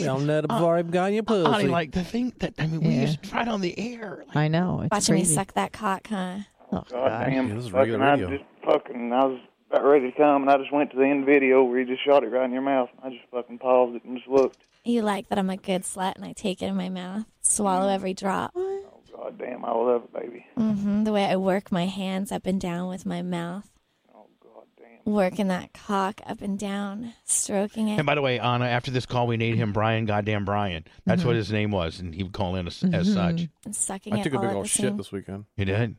Speaker 5: Well, not before I've got your pussy.
Speaker 1: Honey, like the thing that I mean, we used to try it on the air.
Speaker 17: I know. It's
Speaker 22: Watching
Speaker 17: crazy.
Speaker 22: me suck that cock, huh?
Speaker 23: God damn.
Speaker 5: this is
Speaker 23: fucking,
Speaker 5: regular
Speaker 23: I
Speaker 5: radio.
Speaker 23: just fucking, I was about ready to come, and I just went to the end video where you just shot it right in your mouth. And I just fucking paused it and just looked.
Speaker 22: You like that I'm a good slut and I take it in my mouth, swallow every drop.
Speaker 23: God damn, I love it, baby.
Speaker 22: hmm The way I work my hands up and down with my mouth. Working that cock up and down, stroking it.
Speaker 1: And by the way, Anna, after this call, we named him Brian. Goddamn Brian. That's what
Speaker 22: Mhm.
Speaker 1: his name was, and he would call in as, as such.
Speaker 22: And Mm-hmm. sucking
Speaker 5: I
Speaker 22: it
Speaker 5: took a
Speaker 22: all
Speaker 5: big
Speaker 22: at
Speaker 5: old
Speaker 22: the
Speaker 5: shit
Speaker 22: same
Speaker 5: this weekend.
Speaker 1: You did.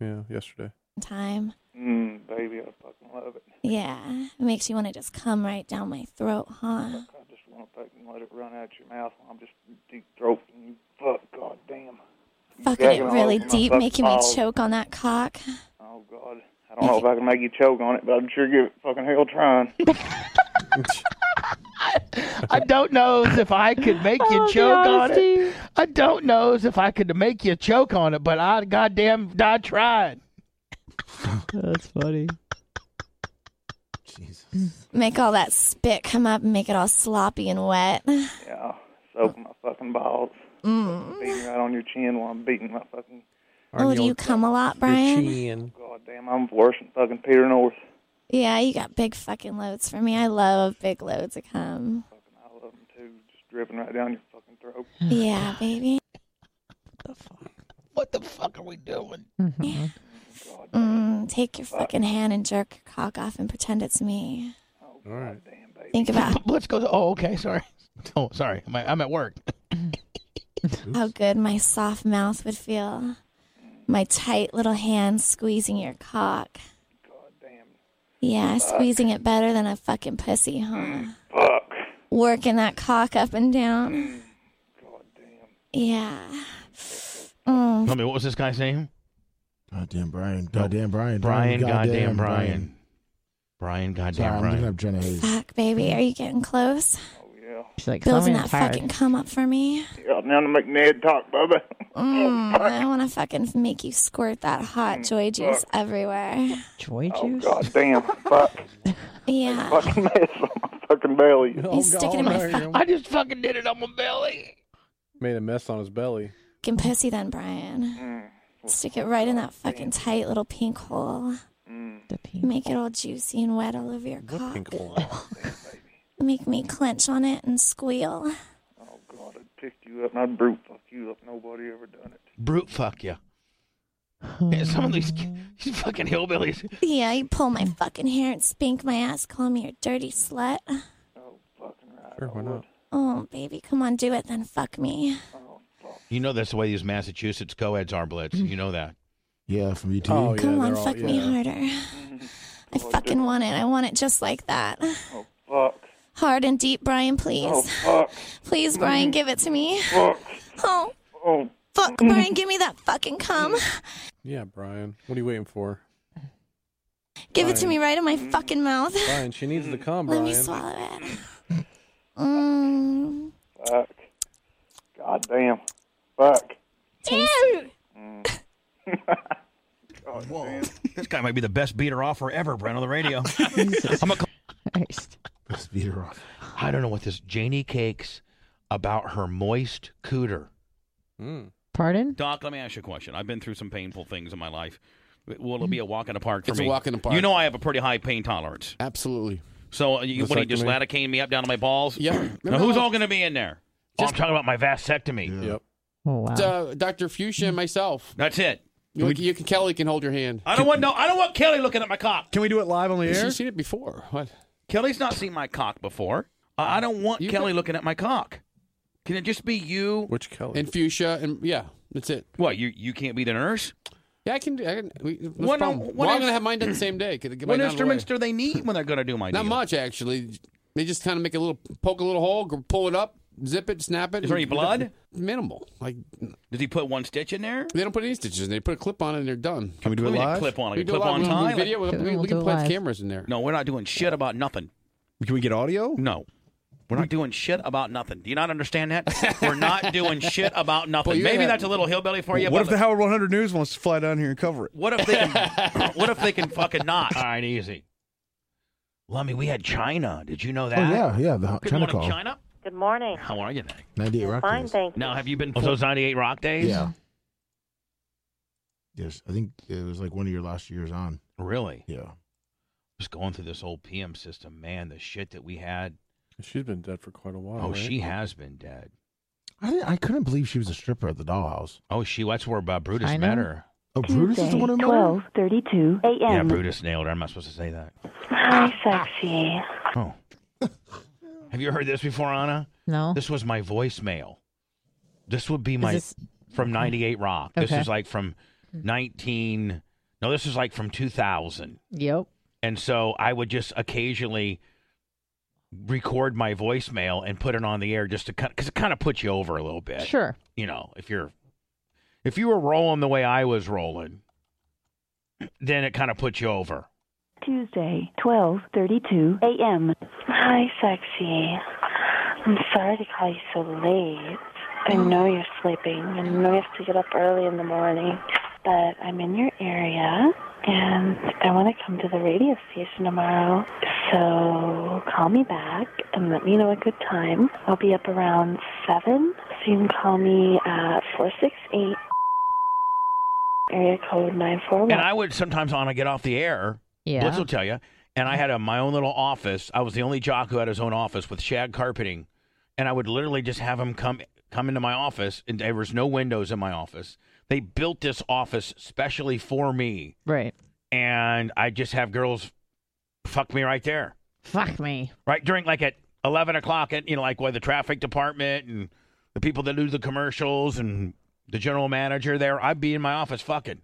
Speaker 5: Yeah, yesterday.
Speaker 22: time.
Speaker 23: Mm, baby, I fucking love it.
Speaker 22: Yeah. It makes you want to just come right down my throat, huh?
Speaker 23: I just want to fucking let it run out your mouth. while I'm just deep throat and fuck, god damn.
Speaker 22: Fucking it
Speaker 23: Gagging all
Speaker 22: really
Speaker 23: over my
Speaker 22: deep,
Speaker 23: fucking
Speaker 22: making me
Speaker 23: balls.
Speaker 22: choke on that cock.
Speaker 23: Oh god. I don't know if I can make you choke on it, but I'm sure give it fucking hell trying.
Speaker 1: I don't know if I could make you
Speaker 2: Oh, the
Speaker 1: choke on it. I don't know if I could make you choke on it, but I goddamn I tried.
Speaker 17: That's funny.
Speaker 22: Make all that spit come up and make it all sloppy and wet.
Speaker 23: Yeah. Soaking my fucking balls.
Speaker 22: Mm.
Speaker 23: Beating right on your chin while I'm beating my fucking
Speaker 22: Oh, do you come a lot, Brian?
Speaker 23: god damn, I'm worse than fucking Peter North.
Speaker 22: Yeah, you got big fucking loads for me. I love big loads of cum.
Speaker 23: I love them too, just dripping right down your fucking throat.
Speaker 22: Yeah, baby.
Speaker 1: What the fuck are we doing?
Speaker 22: Mm, take your fucking hand and jerk your cock off and pretend it's me.
Speaker 1: All right.
Speaker 22: Think about
Speaker 1: Let's go. To, oh, okay. Sorry. Oh, sorry. I'm at, I'm at work.
Speaker 22: how good my soft mouth would feel. My tight little hands squeezing your cock. God damn. Yeah, squeezing it better than a fucking pussy, huh?
Speaker 23: Fuck.
Speaker 22: Working that cock up and down. God damn. Yeah. Mm,
Speaker 1: Tell me, what was this guy's name?
Speaker 4: Goddamn Brian. Goddamn Brian.
Speaker 1: Brian. Goddamn Brian. Brian.
Speaker 4: Sorry,
Speaker 1: Goddamn
Speaker 4: I'm
Speaker 1: Brian.
Speaker 4: looking up Jenna Hayes.
Speaker 22: fuck, baby. Are you getting close?
Speaker 17: She's like,
Speaker 22: Building
Speaker 17: "Something
Speaker 22: that
Speaker 17: tired."
Speaker 22: fucking cum up for me.
Speaker 23: Yeah, now to make Ned talk, Bubba.
Speaker 22: Mm, I want to fucking make you squirt that hot joy juice everywhere.
Speaker 17: Joy
Speaker 23: juice? God damn. Oh, Fuck.
Speaker 22: Yeah.
Speaker 23: fucking mess on my fucking belly.
Speaker 5: Oh,
Speaker 1: Oh,
Speaker 22: You stick it in my fucking
Speaker 1: I just fucking did it on my belly.
Speaker 5: Made a mess on his belly.
Speaker 22: pussy then, Brian. Stick it right in that fucking tight little pink hole. Make it all juicy and wet all over your cock. Make me clench on it and squeal.
Speaker 23: Oh god, I'd pick you up and I'd brute fuck you up. Nobody ever done it.
Speaker 1: Brute fuck you. Man, some of these, these fucking hillbillies.
Speaker 22: Yeah, you pull my fucking hair and spank my ass, call me your dirty slut.
Speaker 5: Sure, why not?
Speaker 22: Oh, baby, come on, do it then. Fuck me.
Speaker 1: You know that's the way these Massachusetts co-eds are, Blitz. You know that.
Speaker 4: Yeah, from ET.
Speaker 1: Oh, yeah,
Speaker 22: Come on,
Speaker 1: they're all-
Speaker 22: fuck me
Speaker 1: yeah. Oh,
Speaker 22: harder. I fucking want it. I want it just like that.
Speaker 23: Oh, Fuck.
Speaker 22: Hard and deep, Brian, please.
Speaker 23: Oh fuck.
Speaker 22: Please, Brian, give it to me.
Speaker 23: Fuck.
Speaker 22: Oh,
Speaker 23: Oh
Speaker 22: fuck, Brian, give me that fucking cum.
Speaker 5: Yeah, Brian. What are you waiting for?
Speaker 22: Give it to me right in my fucking mouth.
Speaker 5: Brian, she needs to come,
Speaker 22: Let
Speaker 5: Brian.
Speaker 22: me swallow it. Mm,
Speaker 23: fuck. God damn. Fuck. Mm.
Speaker 22: taste it.
Speaker 1: Whoa. this guy might be the best beater offer ever, Brent, on the radio. I'm a
Speaker 4: Best beater off.
Speaker 1: I don't know what this Janie cakes about her moist cooter.
Speaker 11: Mm.
Speaker 17: Pardon?
Speaker 2: Doc, let me ask you a question. I've been through some painful things in my life. Will it be a walk in the park for
Speaker 11: It's a
Speaker 2: me?
Speaker 11: walk in the park.
Speaker 2: You know I have a pretty high pain tolerance.
Speaker 11: Absolutely.
Speaker 2: So uh, you, what, he just
Speaker 11: Vasectomy.
Speaker 2: latticane me up down to my balls?
Speaker 11: Yep.
Speaker 2: now,
Speaker 11: Remember
Speaker 2: who's
Speaker 11: how-
Speaker 2: all going to be in there?
Speaker 1: Oh, I'm talking about my vasectomy.
Speaker 5: Yep.
Speaker 17: Oh, wow.
Speaker 11: Uh, Dr. Fuchsia and myself.
Speaker 2: That's it.
Speaker 11: You, you can Kelly can hold your hand.
Speaker 2: I don't want no. I don't want Kelly looking at my cock.
Speaker 11: Can we do it live on
Speaker 2: the air?
Speaker 11: She's seen it before. What?
Speaker 2: Kelly's not seen my cock before. I I don't want Kelly looking at my cock. Can it just be you?
Speaker 5: Which Kelly?
Speaker 11: And Fuchsia and yeah, that's it.
Speaker 2: What you you can't be the nurse?
Speaker 11: Yeah, I can do. I can. We, that's
Speaker 2: What
Speaker 11: fine.
Speaker 2: on- what
Speaker 11: well, I'm
Speaker 2: ins-
Speaker 11: gonna have mine done the same day. 'cause I get mine
Speaker 2: What
Speaker 11: out of the way.
Speaker 2: instruments do they need when they're going to do my
Speaker 11: Not
Speaker 2: deal?
Speaker 11: much actually. They just kind of make a little poke a little hole, gr- pull it up, zip it, snap it.
Speaker 2: Is there
Speaker 11: and-
Speaker 2: any blood?
Speaker 11: Minimal. Like
Speaker 2: Did he put one stitch in there?
Speaker 11: they don't put any stitches in. They put a clip on it and they're done.
Speaker 2: Can we do it We need a live? clip on, like
Speaker 11: We
Speaker 2: a
Speaker 11: do
Speaker 2: clip
Speaker 11: live.
Speaker 2: on
Speaker 11: We- we
Speaker 2: time,
Speaker 11: Video.
Speaker 2: like-
Speaker 11: we-
Speaker 2: We'll
Speaker 11: we
Speaker 2: do
Speaker 11: can
Speaker 2: it
Speaker 11: play
Speaker 2: live.
Speaker 11: the cameras in there.
Speaker 2: No, we're not doing shit about nothing.
Speaker 4: Can we get audio?
Speaker 2: No. We're not doing shit about nothing. Do you not understand that? We're not doing shit about nothing.
Speaker 4: Well, you're
Speaker 2: Maybe
Speaker 4: gonna-
Speaker 2: that's a little hillbilly for you.
Speaker 4: what
Speaker 2: but
Speaker 4: if the Howard 100 News wants to fly down here and cover it?
Speaker 2: What if they can? what if they can fucking not? All right, easy. Well, I mean, we had China. Did you know that?
Speaker 4: Oh, yeah, yeah, the
Speaker 2: Good
Speaker 4: China
Speaker 2: morning,
Speaker 4: call.
Speaker 2: China.
Speaker 24: Good morning.
Speaker 2: How are you today?
Speaker 4: 98 Rock
Speaker 24: Fine,
Speaker 4: News.
Speaker 24: thank you.
Speaker 2: Now, have you been? Oh, those ninety-eight rock days.
Speaker 4: Yeah. Yes, I think it was like one of your last years on.
Speaker 2: Really?
Speaker 4: Yeah.
Speaker 2: Just going through this old PM system, man. The shit that we had.
Speaker 5: She's been dead for quite a while.
Speaker 2: Oh,
Speaker 5: right?
Speaker 2: she has been dead.
Speaker 4: I didn't, I couldn't believe she was a stripper at the dollhouse.
Speaker 2: Oh, she. That's where uh, Brutus
Speaker 4: China?
Speaker 2: met her.
Speaker 4: Oh, Brutus is the one who met her?
Speaker 15: 12:32 a.m.
Speaker 2: Yeah, Brutus nailed her. I'm not supposed to say that.
Speaker 15: Hi, sexy.
Speaker 2: Oh. Have you heard this before, Anna?
Speaker 3: No.
Speaker 2: This was my voicemail. This would be
Speaker 3: Is
Speaker 2: my
Speaker 3: this-
Speaker 2: from '98 Rock. This
Speaker 3: Okay.
Speaker 2: is like from 19. No, this is like from 2000.
Speaker 3: Yep.
Speaker 2: And so I would just occasionally record my voicemail and put it on the air just to kind because it kind of puts you over a little bit.
Speaker 3: Sure.
Speaker 2: You know, if you're if you were rolling the way I was rolling, then it kind of puts you over.
Speaker 15: Tuesday, 12:32 a.m. Hi, sexy. I'm sorry to call you so late. I know you're sleeping. I know you have to get up early in the morning, but I'm in your area
Speaker 17: Um,
Speaker 15: and I want to come to the radio station tomorrow. So call me back and let me know a good time. I'll be up around seven, so you can call me at four six eight area code nine four
Speaker 19: Oh,
Speaker 15: one.
Speaker 2: And I would sometimes on I get off the air.
Speaker 15: Yeah.
Speaker 2: Blitz will tell you. And I had a, my own little office. I was the only jock who had his own office with shag carpeting. And I would literally just have him come come into my office. And there was no windows in my office. They built this office specially for me.
Speaker 3: Right.
Speaker 2: And I just have girls fuck me right there.
Speaker 3: Fuck me.
Speaker 2: Right during like at eleven o'clock at you know like where the traffic department and the people that do the commercials and the general manager there. I'd be in my office fucking.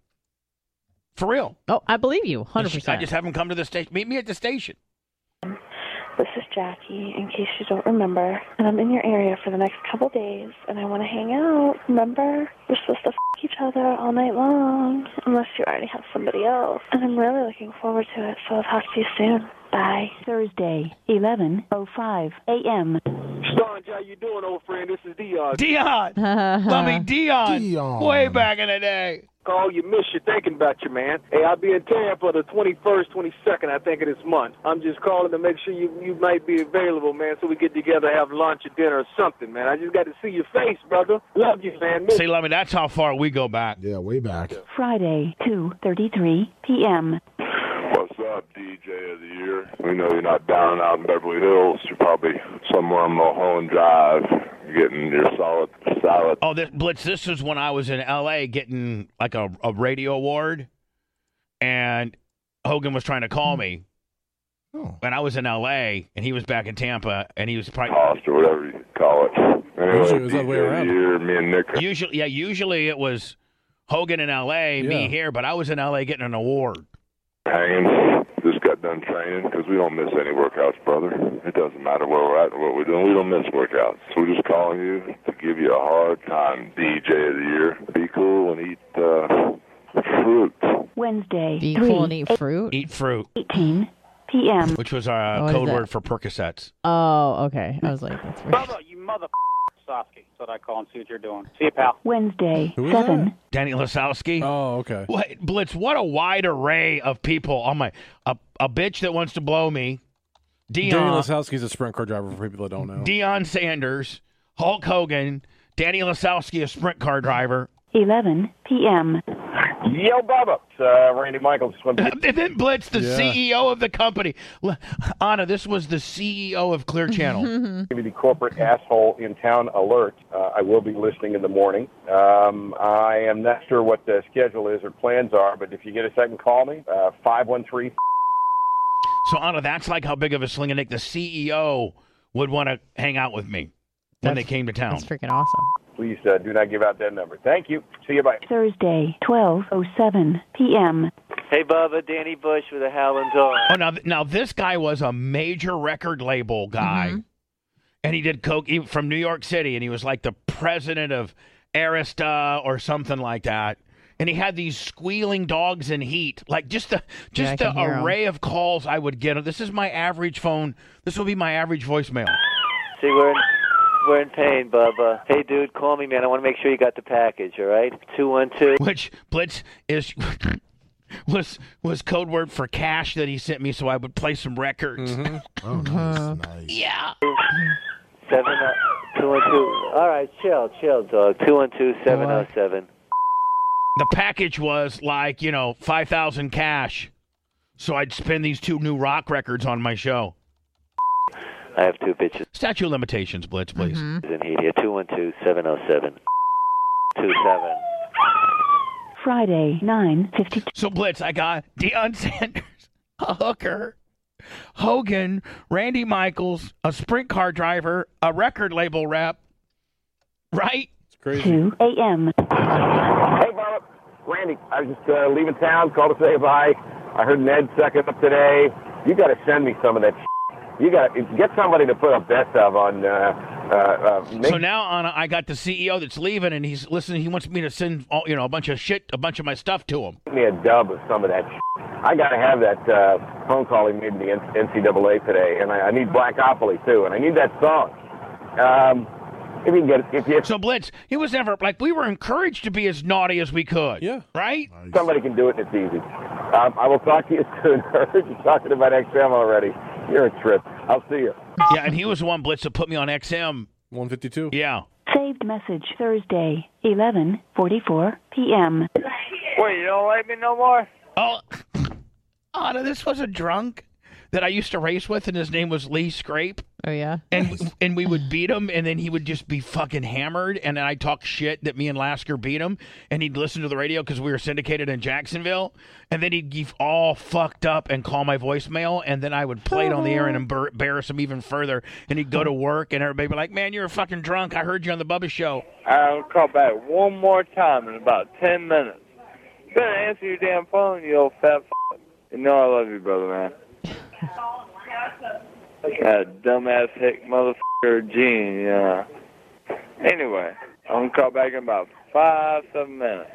Speaker 2: For real.
Speaker 3: Oh, I believe you. Hundred
Speaker 2: I
Speaker 3: percent.
Speaker 2: just have him come to the station. Meet me at the station.
Speaker 15: This is Jackie, in case you don't remember. And I'm in your area for the next couple days, and I want to hang out. Remember? We're supposed to f each other all night long, unless you already have somebody else. And I'm really looking forward to it, so I'll talk to you soon. Bye. Thursday, 11.05 a.m.
Speaker 25: Starnes, how you doing, old friend? This is Dion.
Speaker 2: Dion,
Speaker 25: love
Speaker 2: me, Dion.
Speaker 25: Dion.
Speaker 2: Way back in the day.
Speaker 25: Call Oh, you, miss you, thinking about you, man. Hey, I'll be in Tampa the 21st, 22nd, I think, of this month. I'm just calling to make sure you, you might be available, man, so we get together, have lunch or dinner or something, man. I just got to see your face, brother. Love you, man. Miss
Speaker 2: See, love me. That's how far we go back.
Speaker 4: Yeah, way back.
Speaker 15: Friday, 2.33 p.m.
Speaker 16: What's up, DJ of the year? We know you're not down out in Beverly Hills. You're probably somewhere on Mulholland Drive getting your solid salad.
Speaker 2: Oh, this Blitz, this is when I was in LA getting like a, a radio award and Hogan was trying to
Speaker 4: Hmm.
Speaker 2: call me.
Speaker 4: Oh.
Speaker 2: And I was in LA and he was back in Tampa and he was probably
Speaker 16: Cost or whatever you call it. Anyway,
Speaker 2: Usually it was
Speaker 16: DJ
Speaker 2: that way
Speaker 16: of
Speaker 2: around.
Speaker 16: the year, me and Nick. are-
Speaker 2: usually yeah, usually it was Hogan in LA, me
Speaker 16: Yeah.
Speaker 2: here, but I was in LA getting an award.
Speaker 16: hanging. Just got done training because we don't miss any workouts, brother. It doesn't matter where we're at or what we're doing. We don't miss workouts. So we're just calling you to give you a hard time, DJ of the year. Be cool and eat uh, fruit.
Speaker 15: Wednesday,
Speaker 3: Be
Speaker 15: three
Speaker 3: cool and
Speaker 2: Oh.
Speaker 3: eat fruit.
Speaker 2: Eat fruit.
Speaker 15: 18 p.m.
Speaker 2: Which was our
Speaker 3: Oh,
Speaker 2: uh,
Speaker 3: is
Speaker 2: code
Speaker 3: that-
Speaker 2: word for Percocets.
Speaker 3: Oh, okay. I was like, that's weird.
Speaker 26: Brother, you mother Sosky. That's what I call and see what you're doing. See you, pal.
Speaker 15: Wednesday,
Speaker 2: Who is that? Danny Lasowski. Oh, okay. What Blitz? What a wide array of people. Oh my, a, a bitch that wants to blow me.
Speaker 5: Danny
Speaker 2: Dion.
Speaker 5: Lasowski's a sprint car driver for people that don't know.
Speaker 2: Dion Sanders, Hulk Hogan, Danny Lasowski, a sprint car driver.
Speaker 15: 11 p.m.
Speaker 25: Yo, Bubba. It's uh, Randy Michaels. Just wanted to-
Speaker 2: And then Blitz, the
Speaker 25: Yeah.
Speaker 2: CEO of the company. L- Anna, this was the CEO of Clear Channel.
Speaker 25: Give you the corporate asshole in town alert. Uh, I will be listening in the morning. Um, I am not sure what the schedule is or plans are, but if you get a second, call me. Uh, 513
Speaker 2: E so Anna, that's like how big of a sling a nick the CEO would want to hang out with me. when they came to town.
Speaker 3: That's freaking awesome.
Speaker 27: Please uh, do not give out that number. Thank you. See you. Bye.
Speaker 15: Thursday, 12:07 p.m.
Speaker 25: Hey, Bubba, Danny Bush with a howling dog.
Speaker 2: Oh, now now this guy was a major record label guy,
Speaker 1: Mm-hmm.
Speaker 2: and he did coke he, from New York City, and he was like the president of Arista or something like that. And he had these squealing dogs in heat, like just the
Speaker 1: Yeah, I
Speaker 2: just
Speaker 1: can
Speaker 2: the
Speaker 1: hear 'em.
Speaker 2: array of calls I would get. This is my average phone. This will be my average voicemail.
Speaker 25: See, we're in, we're in pain, Bubba. Hey, dude, call me, man. I want to make sure you got the package, all right? 212.
Speaker 2: Which Blitz is was was code word for cash that he sent me, so I would play some records.
Speaker 28: Oh,
Speaker 2: Yeah.
Speaker 25: Seven, uh, 212. All right, chill, chill, dog. 212 707.
Speaker 2: the package was like you know five thousand cash, so I'd spend these two new rock records on my show.
Speaker 25: I have two bitches.
Speaker 2: Statue of limitations, Blitz, please.
Speaker 25: In heat here. 212 707. 27.
Speaker 15: Friday, 9:52.
Speaker 2: So Blitz, I got Deion Sanders, a hooker, Hogan, Randy Michaels, a sprint car driver, a record label rep, right? It's
Speaker 27: crazy.
Speaker 15: 2 a.m.
Speaker 27: Hey, Bob. Randy, I was just uh, leaving town. Called to say bye. I heard Ned sucking up today. You got to send me some of that. You got to get somebody to put a best of on. Uh, uh, uh, make-
Speaker 2: So now on, I got the CEO that's leaving, and he's listening. He wants me to send all, you know a bunch of shit, a bunch of my stuff to him.
Speaker 27: Give me a dub of some of that. I got to have that uh, phone call he made to the NCAA today, and I, I need Blackopoly too, and I need that song. Um, if you can get it, if you,
Speaker 2: So Blitz, he was never like we were encouraged to be as naughty as we could. Yeah. Right.
Speaker 27: somebody can do it, and it's easy. Um, I will talk to you soon. I heard you talking about XM already. You're a trip. I'll see you.
Speaker 2: Yeah, and he was the one Blitz that put me on XM. One fifty two. Yeah.
Speaker 15: Saved message Thursday, 11:44 p.m.
Speaker 25: Wait, you don't like me no more?
Speaker 2: Oh, Anna, this was a drunk that I used to race with, and his name was Lee Scrape.
Speaker 3: Oh yeah.
Speaker 2: And and we would beat him, and then he would just be fucking hammered, and then I talk shit that me and Lasker beat him, and he'd listen to the radio because we were syndicated in Jacksonville, and then he'd get all fucked up and call my voicemail, and then I would play it on the
Speaker 3: Oh.
Speaker 2: air and embar- embarrass him even further, and he'd go to work, and everybody would be like, "Man, you're a fucking drunk. I heard you on the Bubba Show."
Speaker 25: I'll call back one more time in about 10 minutes. Better answer your damn phone, you old fat f. You know I love you, brother, man. That dumbass hick motherfucker Gene, yeah. Anyway, I'm gonna call back in about five, seven minutes.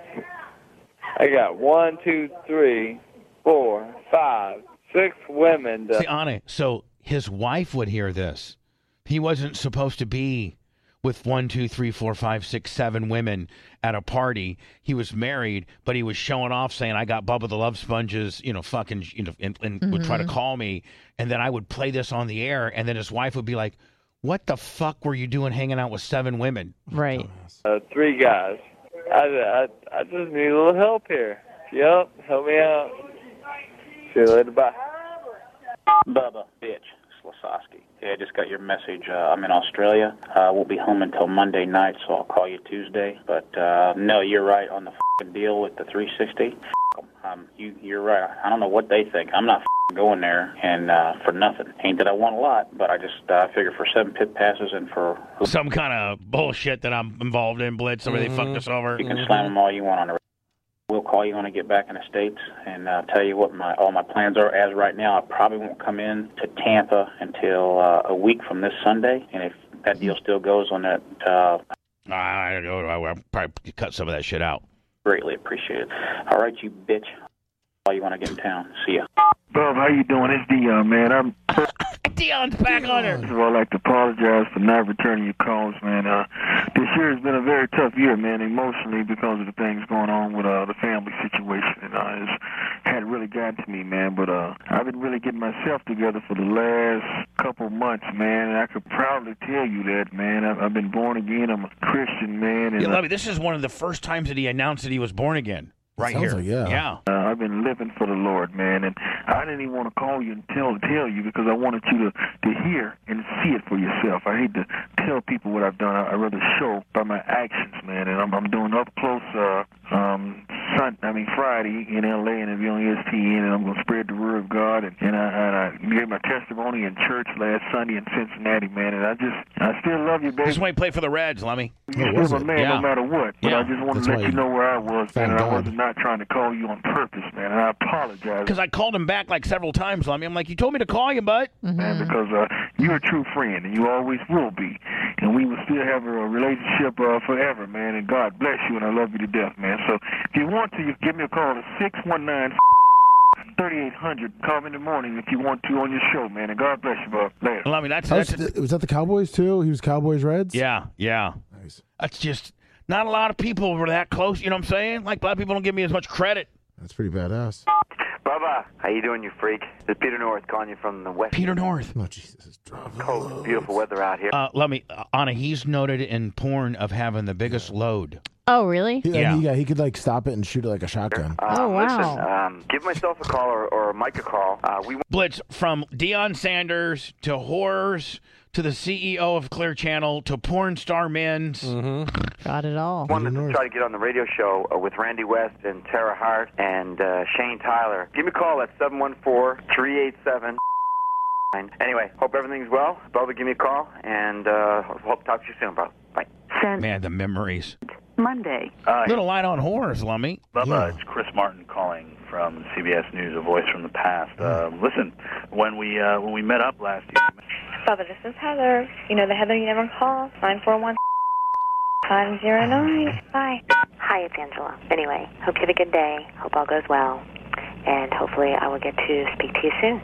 Speaker 25: I got one, two, three, four, five, six women. To-
Speaker 2: See, Anna, so his wife would hear this. He wasn't supposed to be with one, two, three, four, five, six, seven women at a party. He was married, but he was showing off, saying, "I got Bubba the Love Sponges," you know, fucking, you know, and, and would try to
Speaker 1: Mhm.
Speaker 2: call me, and then I would play this on the air, and then his wife would be like, "What the fuck were you doing hanging out with seven women?"
Speaker 3: Right.
Speaker 25: uh, three guys. I, I, I just need a little help here. Yep, help me out. See you later. Bye.
Speaker 26: Bubba, bitch, Slasoski. Hey, I just got your message. Uh, I'm in Australia. Uh, won't be home until Monday night, so I'll call you Tuesday. But uh, no, you're right on the fing deal with the 360. F 'em. Um, you, you're right. I don't know what they think. I'm not fing going there and uh, for nothing. Ain't that I want a lot, but I just uh, figure for seven pit passes and for
Speaker 2: Some kind of bullshit that I'm involved in, Blitz. Somebody
Speaker 26: Mhm.
Speaker 2: fucked us over.
Speaker 26: You can slam them all you want on the. We'll call you when I get back in the states, and uh, tell you what my all my plans are. As right now, I probably won't come in to Tampa until uh, a week from this Sunday, and if that deal still goes on that, uh,
Speaker 2: I, I, I, I probably cut some of that shit out.
Speaker 26: greatly appreciate it. All right, you bitch. All you want to get in town. See ya.
Speaker 29: Bob, how you doing? It's Dion, man. I'm
Speaker 2: Dion's back on her.
Speaker 29: First of all, I'd like to apologize for not returning your calls, man. Uh, this year has been a very tough year, man, emotionally because of the things going on with uh, the family situation, and uh, it's had really gotten to me, man. But uh, I've been really getting myself together for the last couple months, man, and I could proudly tell you that, man. I've, I've been born again. I'm a Christian, man. And
Speaker 2: Yeah,
Speaker 29: uh,
Speaker 2: Levy, this is one of the first times that he announced that he was born again. Right
Speaker 29: Sounds
Speaker 2: here.
Speaker 29: like,
Speaker 2: yeah. Yeah.
Speaker 29: Uh, I've been living for the Lord, man, and I didn't even want to call you and tell tell you because I wanted you to to hear and see it for yourself. I hate to tell people what I've done. I, I rather show by my actions, man, and I'm I'm doing up close uh, um, science Mon, I mean Friday in L.A. and it'll be on E ESPN, and I'm going to spread the word of God. And, and I and I gave my testimony in church last Sunday in Cincinnati, man. And I just I still love you, baby.
Speaker 2: This is when he played for the Reds, Lummy.
Speaker 29: You're still my man no matter what. But I just wanted
Speaker 2: That's
Speaker 29: to
Speaker 2: why
Speaker 29: let you
Speaker 2: you-
Speaker 29: know where I was,
Speaker 2: Thank
Speaker 29: man. And I
Speaker 2: God.
Speaker 29: was not trying to call you on purpose, man. And I apologize.
Speaker 2: Because I called him back like several times, Lummy. I'm like, you told me to call you, bud.
Speaker 29: man, because uh, you're a true friend and you always will be, and we will still have a relationship uh, forever, man. And God bless you, and I love you to death, man. So if you want to, you give me a call at six one nine thirty eight hundred. Call me in the morning if you want to on your show, man. And God bless you, Bob. Later.
Speaker 2: Lummy, that's,
Speaker 4: That was,
Speaker 2: that's
Speaker 4: was that the Cowboys too? He was Cowboys Reds.
Speaker 2: Yeah, yeah.
Speaker 4: Nice.
Speaker 2: That's just not a lot of people were that close. You know what I'm saying? Like a lot of people don't give me as much credit.
Speaker 4: That's pretty badass.
Speaker 30: Bubba, how you doing, you freak? It's Peter North calling you from the west
Speaker 2: Peter North.
Speaker 4: Oh, Jesus.
Speaker 30: coast. Beautiful weather out here.
Speaker 2: Uh, let me, uh, Anna. He's noted in porn of having the biggest load.
Speaker 3: Oh, really?
Speaker 4: He,
Speaker 2: Yeah.
Speaker 4: yeah. He, yeah, he could like stop it and shoot it like a shotgun.
Speaker 2: Uh,
Speaker 30: Um,
Speaker 22: Oh,
Speaker 29: Uh,
Speaker 30: Listen, um, give myself a call or, or Mike a call. Uh, we
Speaker 2: Blitz from Deion Sanders to horrors to the CEO of Clear Channel to porn star men's.
Speaker 3: Got it all.
Speaker 30: wanted to try to get on the radio show uh, with Randy West and Tara Hart and uh, Shane Tyler. Give me a call at 714-387. Anyway, hope everything's well. Bubba, give me a call, and uh, hope to talk to you soon, bro. Bye.
Speaker 2: Man, the memories.
Speaker 30: Monday.
Speaker 2: Little light on horrors, Lummy.
Speaker 26: Uh, Bubba, it's Chris Martin calling from CBS News, a voice from the past. Uh, listen, when we uh, when we met up last year,
Speaker 24: Bubba, this is Heather. You know the Heather you never call. 941 509. Bye.
Speaker 31: Hi, it's Angela. Anyway, hope you have a good day. Hope all goes well. And hopefully, I will get to speak to you soon.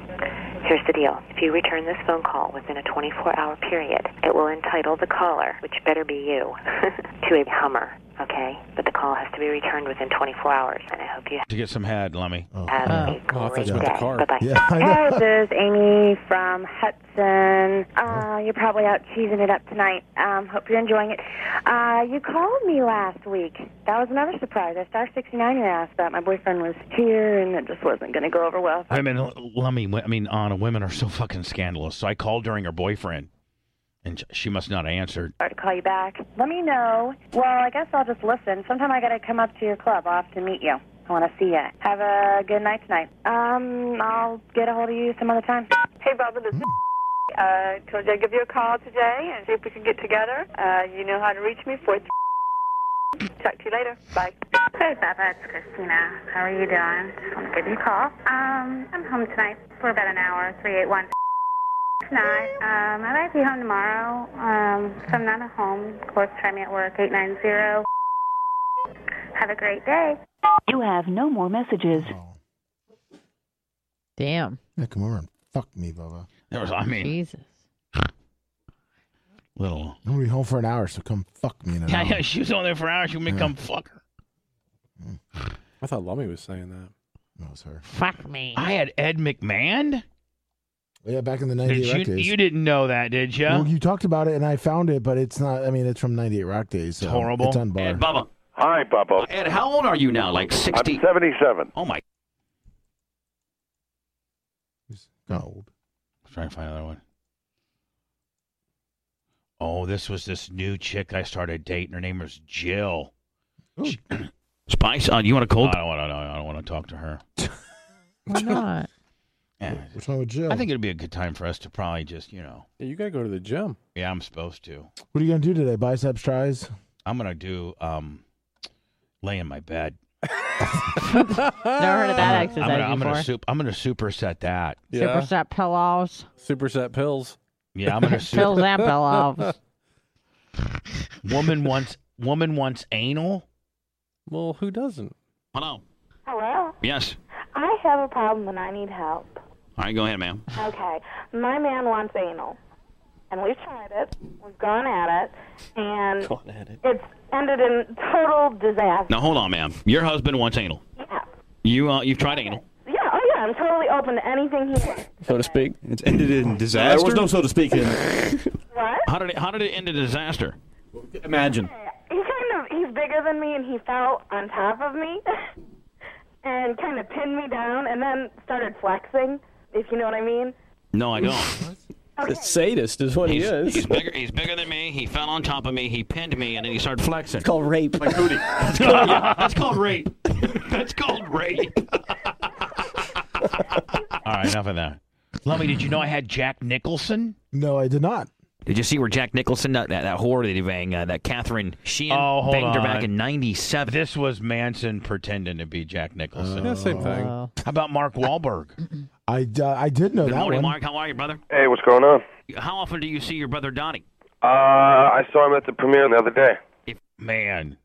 Speaker 31: Here's the deal if you return this phone call within a 24 hour period, it will entitle the caller, which better be you, to a Hummer, okay? But the call has to be returned within 24 hours. And I hope you
Speaker 2: To get some head, Lummy.
Speaker 31: have a great day. Bye bye.
Speaker 17: Hey, this is Amy from Hudson. Uh, you're probably out cheesing it up tonight. Um, hope you're enjoying it. Uh, you called me last week. That was another surprise. I star 69 your ass about my boyfriend was here, and it just wasn't going to go over well.
Speaker 2: Women, Lummy. I mean, Anna. Women are so fucking scandalous. So I called during her boyfriend, and she must not have answered.
Speaker 17: Sorry to call you back. Let me know. Well, I guess I'll just listen. Sometime I got to come up to your club. I'll have to meet you. I want to see you. Have a good night tonight. Um, I'll get a hold of you some other time.
Speaker 19: Hey, Bubba, this is. Uh, told you I'd give you a call today and see if we could get together. Uh, you know how to reach me for. Talk to you later. Bye.
Speaker 17: Hey, Bubba, it's Christina. How are you doing? Just want to give you a call. Um, I'm home tonight for about an hour, 381. If not, um, I might be home tomorrow. Um, if I'm not at home, of course, try me at work, 890. Have a great day.
Speaker 15: You have no more messages.
Speaker 3: Damn.
Speaker 4: Yeah, come over and fuck me, Bubba.
Speaker 2: There was, I mean,
Speaker 3: Jesus.
Speaker 2: Little.
Speaker 4: I'm gonna be home for an hour, so come fuck me in an
Speaker 2: Yeah,
Speaker 4: hour.
Speaker 2: yeah, she was on there for hours. You become fuck her.
Speaker 32: I thought Lummy was saying that.
Speaker 4: That was her.
Speaker 3: Fuck me.
Speaker 2: I had Ed McMahon.
Speaker 4: Yeah, back in the
Speaker 2: Did
Speaker 4: 98
Speaker 2: you,
Speaker 4: Rock days.
Speaker 2: you didn't know that, did you?
Speaker 4: Well, you talked about it, and I found it, but it's not. I mean, it's from '98 Rock days. So
Speaker 2: It's horrible.
Speaker 4: It's unbar.
Speaker 2: Ed Bubba. Oh,
Speaker 33: Hi, Bubba.
Speaker 2: Ed, how old are you now? Like 60?
Speaker 33: I'm 77.
Speaker 2: Oh, my.
Speaker 4: Not old.
Speaker 2: I'm trying to find another one. Oh, this was this new chick I started dating. Her name was Jill. She- Spice, uh, you want a cold? I don't want to. I don't want to talk to her.
Speaker 3: Why not?
Speaker 4: What's wrong with Jill?
Speaker 2: I think it'd be a good time for us to probably just, you know.
Speaker 32: Yeah, you gotta go to the gym.
Speaker 2: Yeah, I'm supposed to.
Speaker 4: What are you gonna do today? Biceps tries.
Speaker 2: I'm gonna do um, lay in my bed.
Speaker 3: Never heard of that
Speaker 2: I'm
Speaker 3: exercise
Speaker 2: gonna, I'm
Speaker 3: before.
Speaker 2: gonna, sup- I'm gonna superset that.
Speaker 3: Superset pillows.
Speaker 32: Superset pills.
Speaker 2: Yeah, I'm gonna su-
Speaker 3: Pills and pillows.
Speaker 2: Woman wants woman wants anal.
Speaker 32: Well, who doesn't?
Speaker 2: Hello.
Speaker 17: Hello?
Speaker 2: Yes.
Speaker 17: I have a problem and I need help.
Speaker 2: All right, go ahead, ma'am.
Speaker 17: Okay. My man wants anal. And we've tried it. We've gone at it. And it's ended in total disaster.
Speaker 2: Now hold on, ma'am. Your husband wants anal.
Speaker 17: Yeah.
Speaker 2: You uh, you've tried anal.
Speaker 17: Yeah, oh yeah, I'm totally open to anything he wants.
Speaker 12: so to speak. It's ended in disaster.
Speaker 2: was no
Speaker 12: so to speak in it.
Speaker 2: How did it, how did it end in disaster?
Speaker 12: Imagine.
Speaker 17: He kind of he's bigger than me and he fell on top of me and kind of pinned me down and then started flexing, if you know what I mean.
Speaker 2: No, I don't.
Speaker 12: The sadist is what
Speaker 2: he's,
Speaker 12: he is.
Speaker 2: He's bigger, he's bigger than me. He fell on top of me. He pinned me, and then he started flexing. It's
Speaker 12: called rape.
Speaker 2: Like booty. that's, called, yeah, that's called rape. that's called rape.
Speaker 26: All right, enough of that.
Speaker 34: Lummy, did you know I had Jack Nicholson?
Speaker 4: No, I did not.
Speaker 2: Did you see where Jack Nicholson, that, that, that whore that he banged, uh, that Catherine Sheehan,
Speaker 26: Oh, hold
Speaker 2: banged
Speaker 26: on.
Speaker 2: her back in 97?
Speaker 26: This was Manson pretending to be Jack Nicholson.
Speaker 2: Yeah, same thing.
Speaker 26: How about Mark Wahlberg?
Speaker 4: Oh. I, uh, I did know
Speaker 2: Good
Speaker 4: that
Speaker 2: morning,
Speaker 4: one.
Speaker 2: Mark. How are you, brother?
Speaker 35: Hey, what's going on?
Speaker 2: How often do you see your brother Donnie?
Speaker 35: Uh, I saw him at the premiere the other day.
Speaker 26: Man.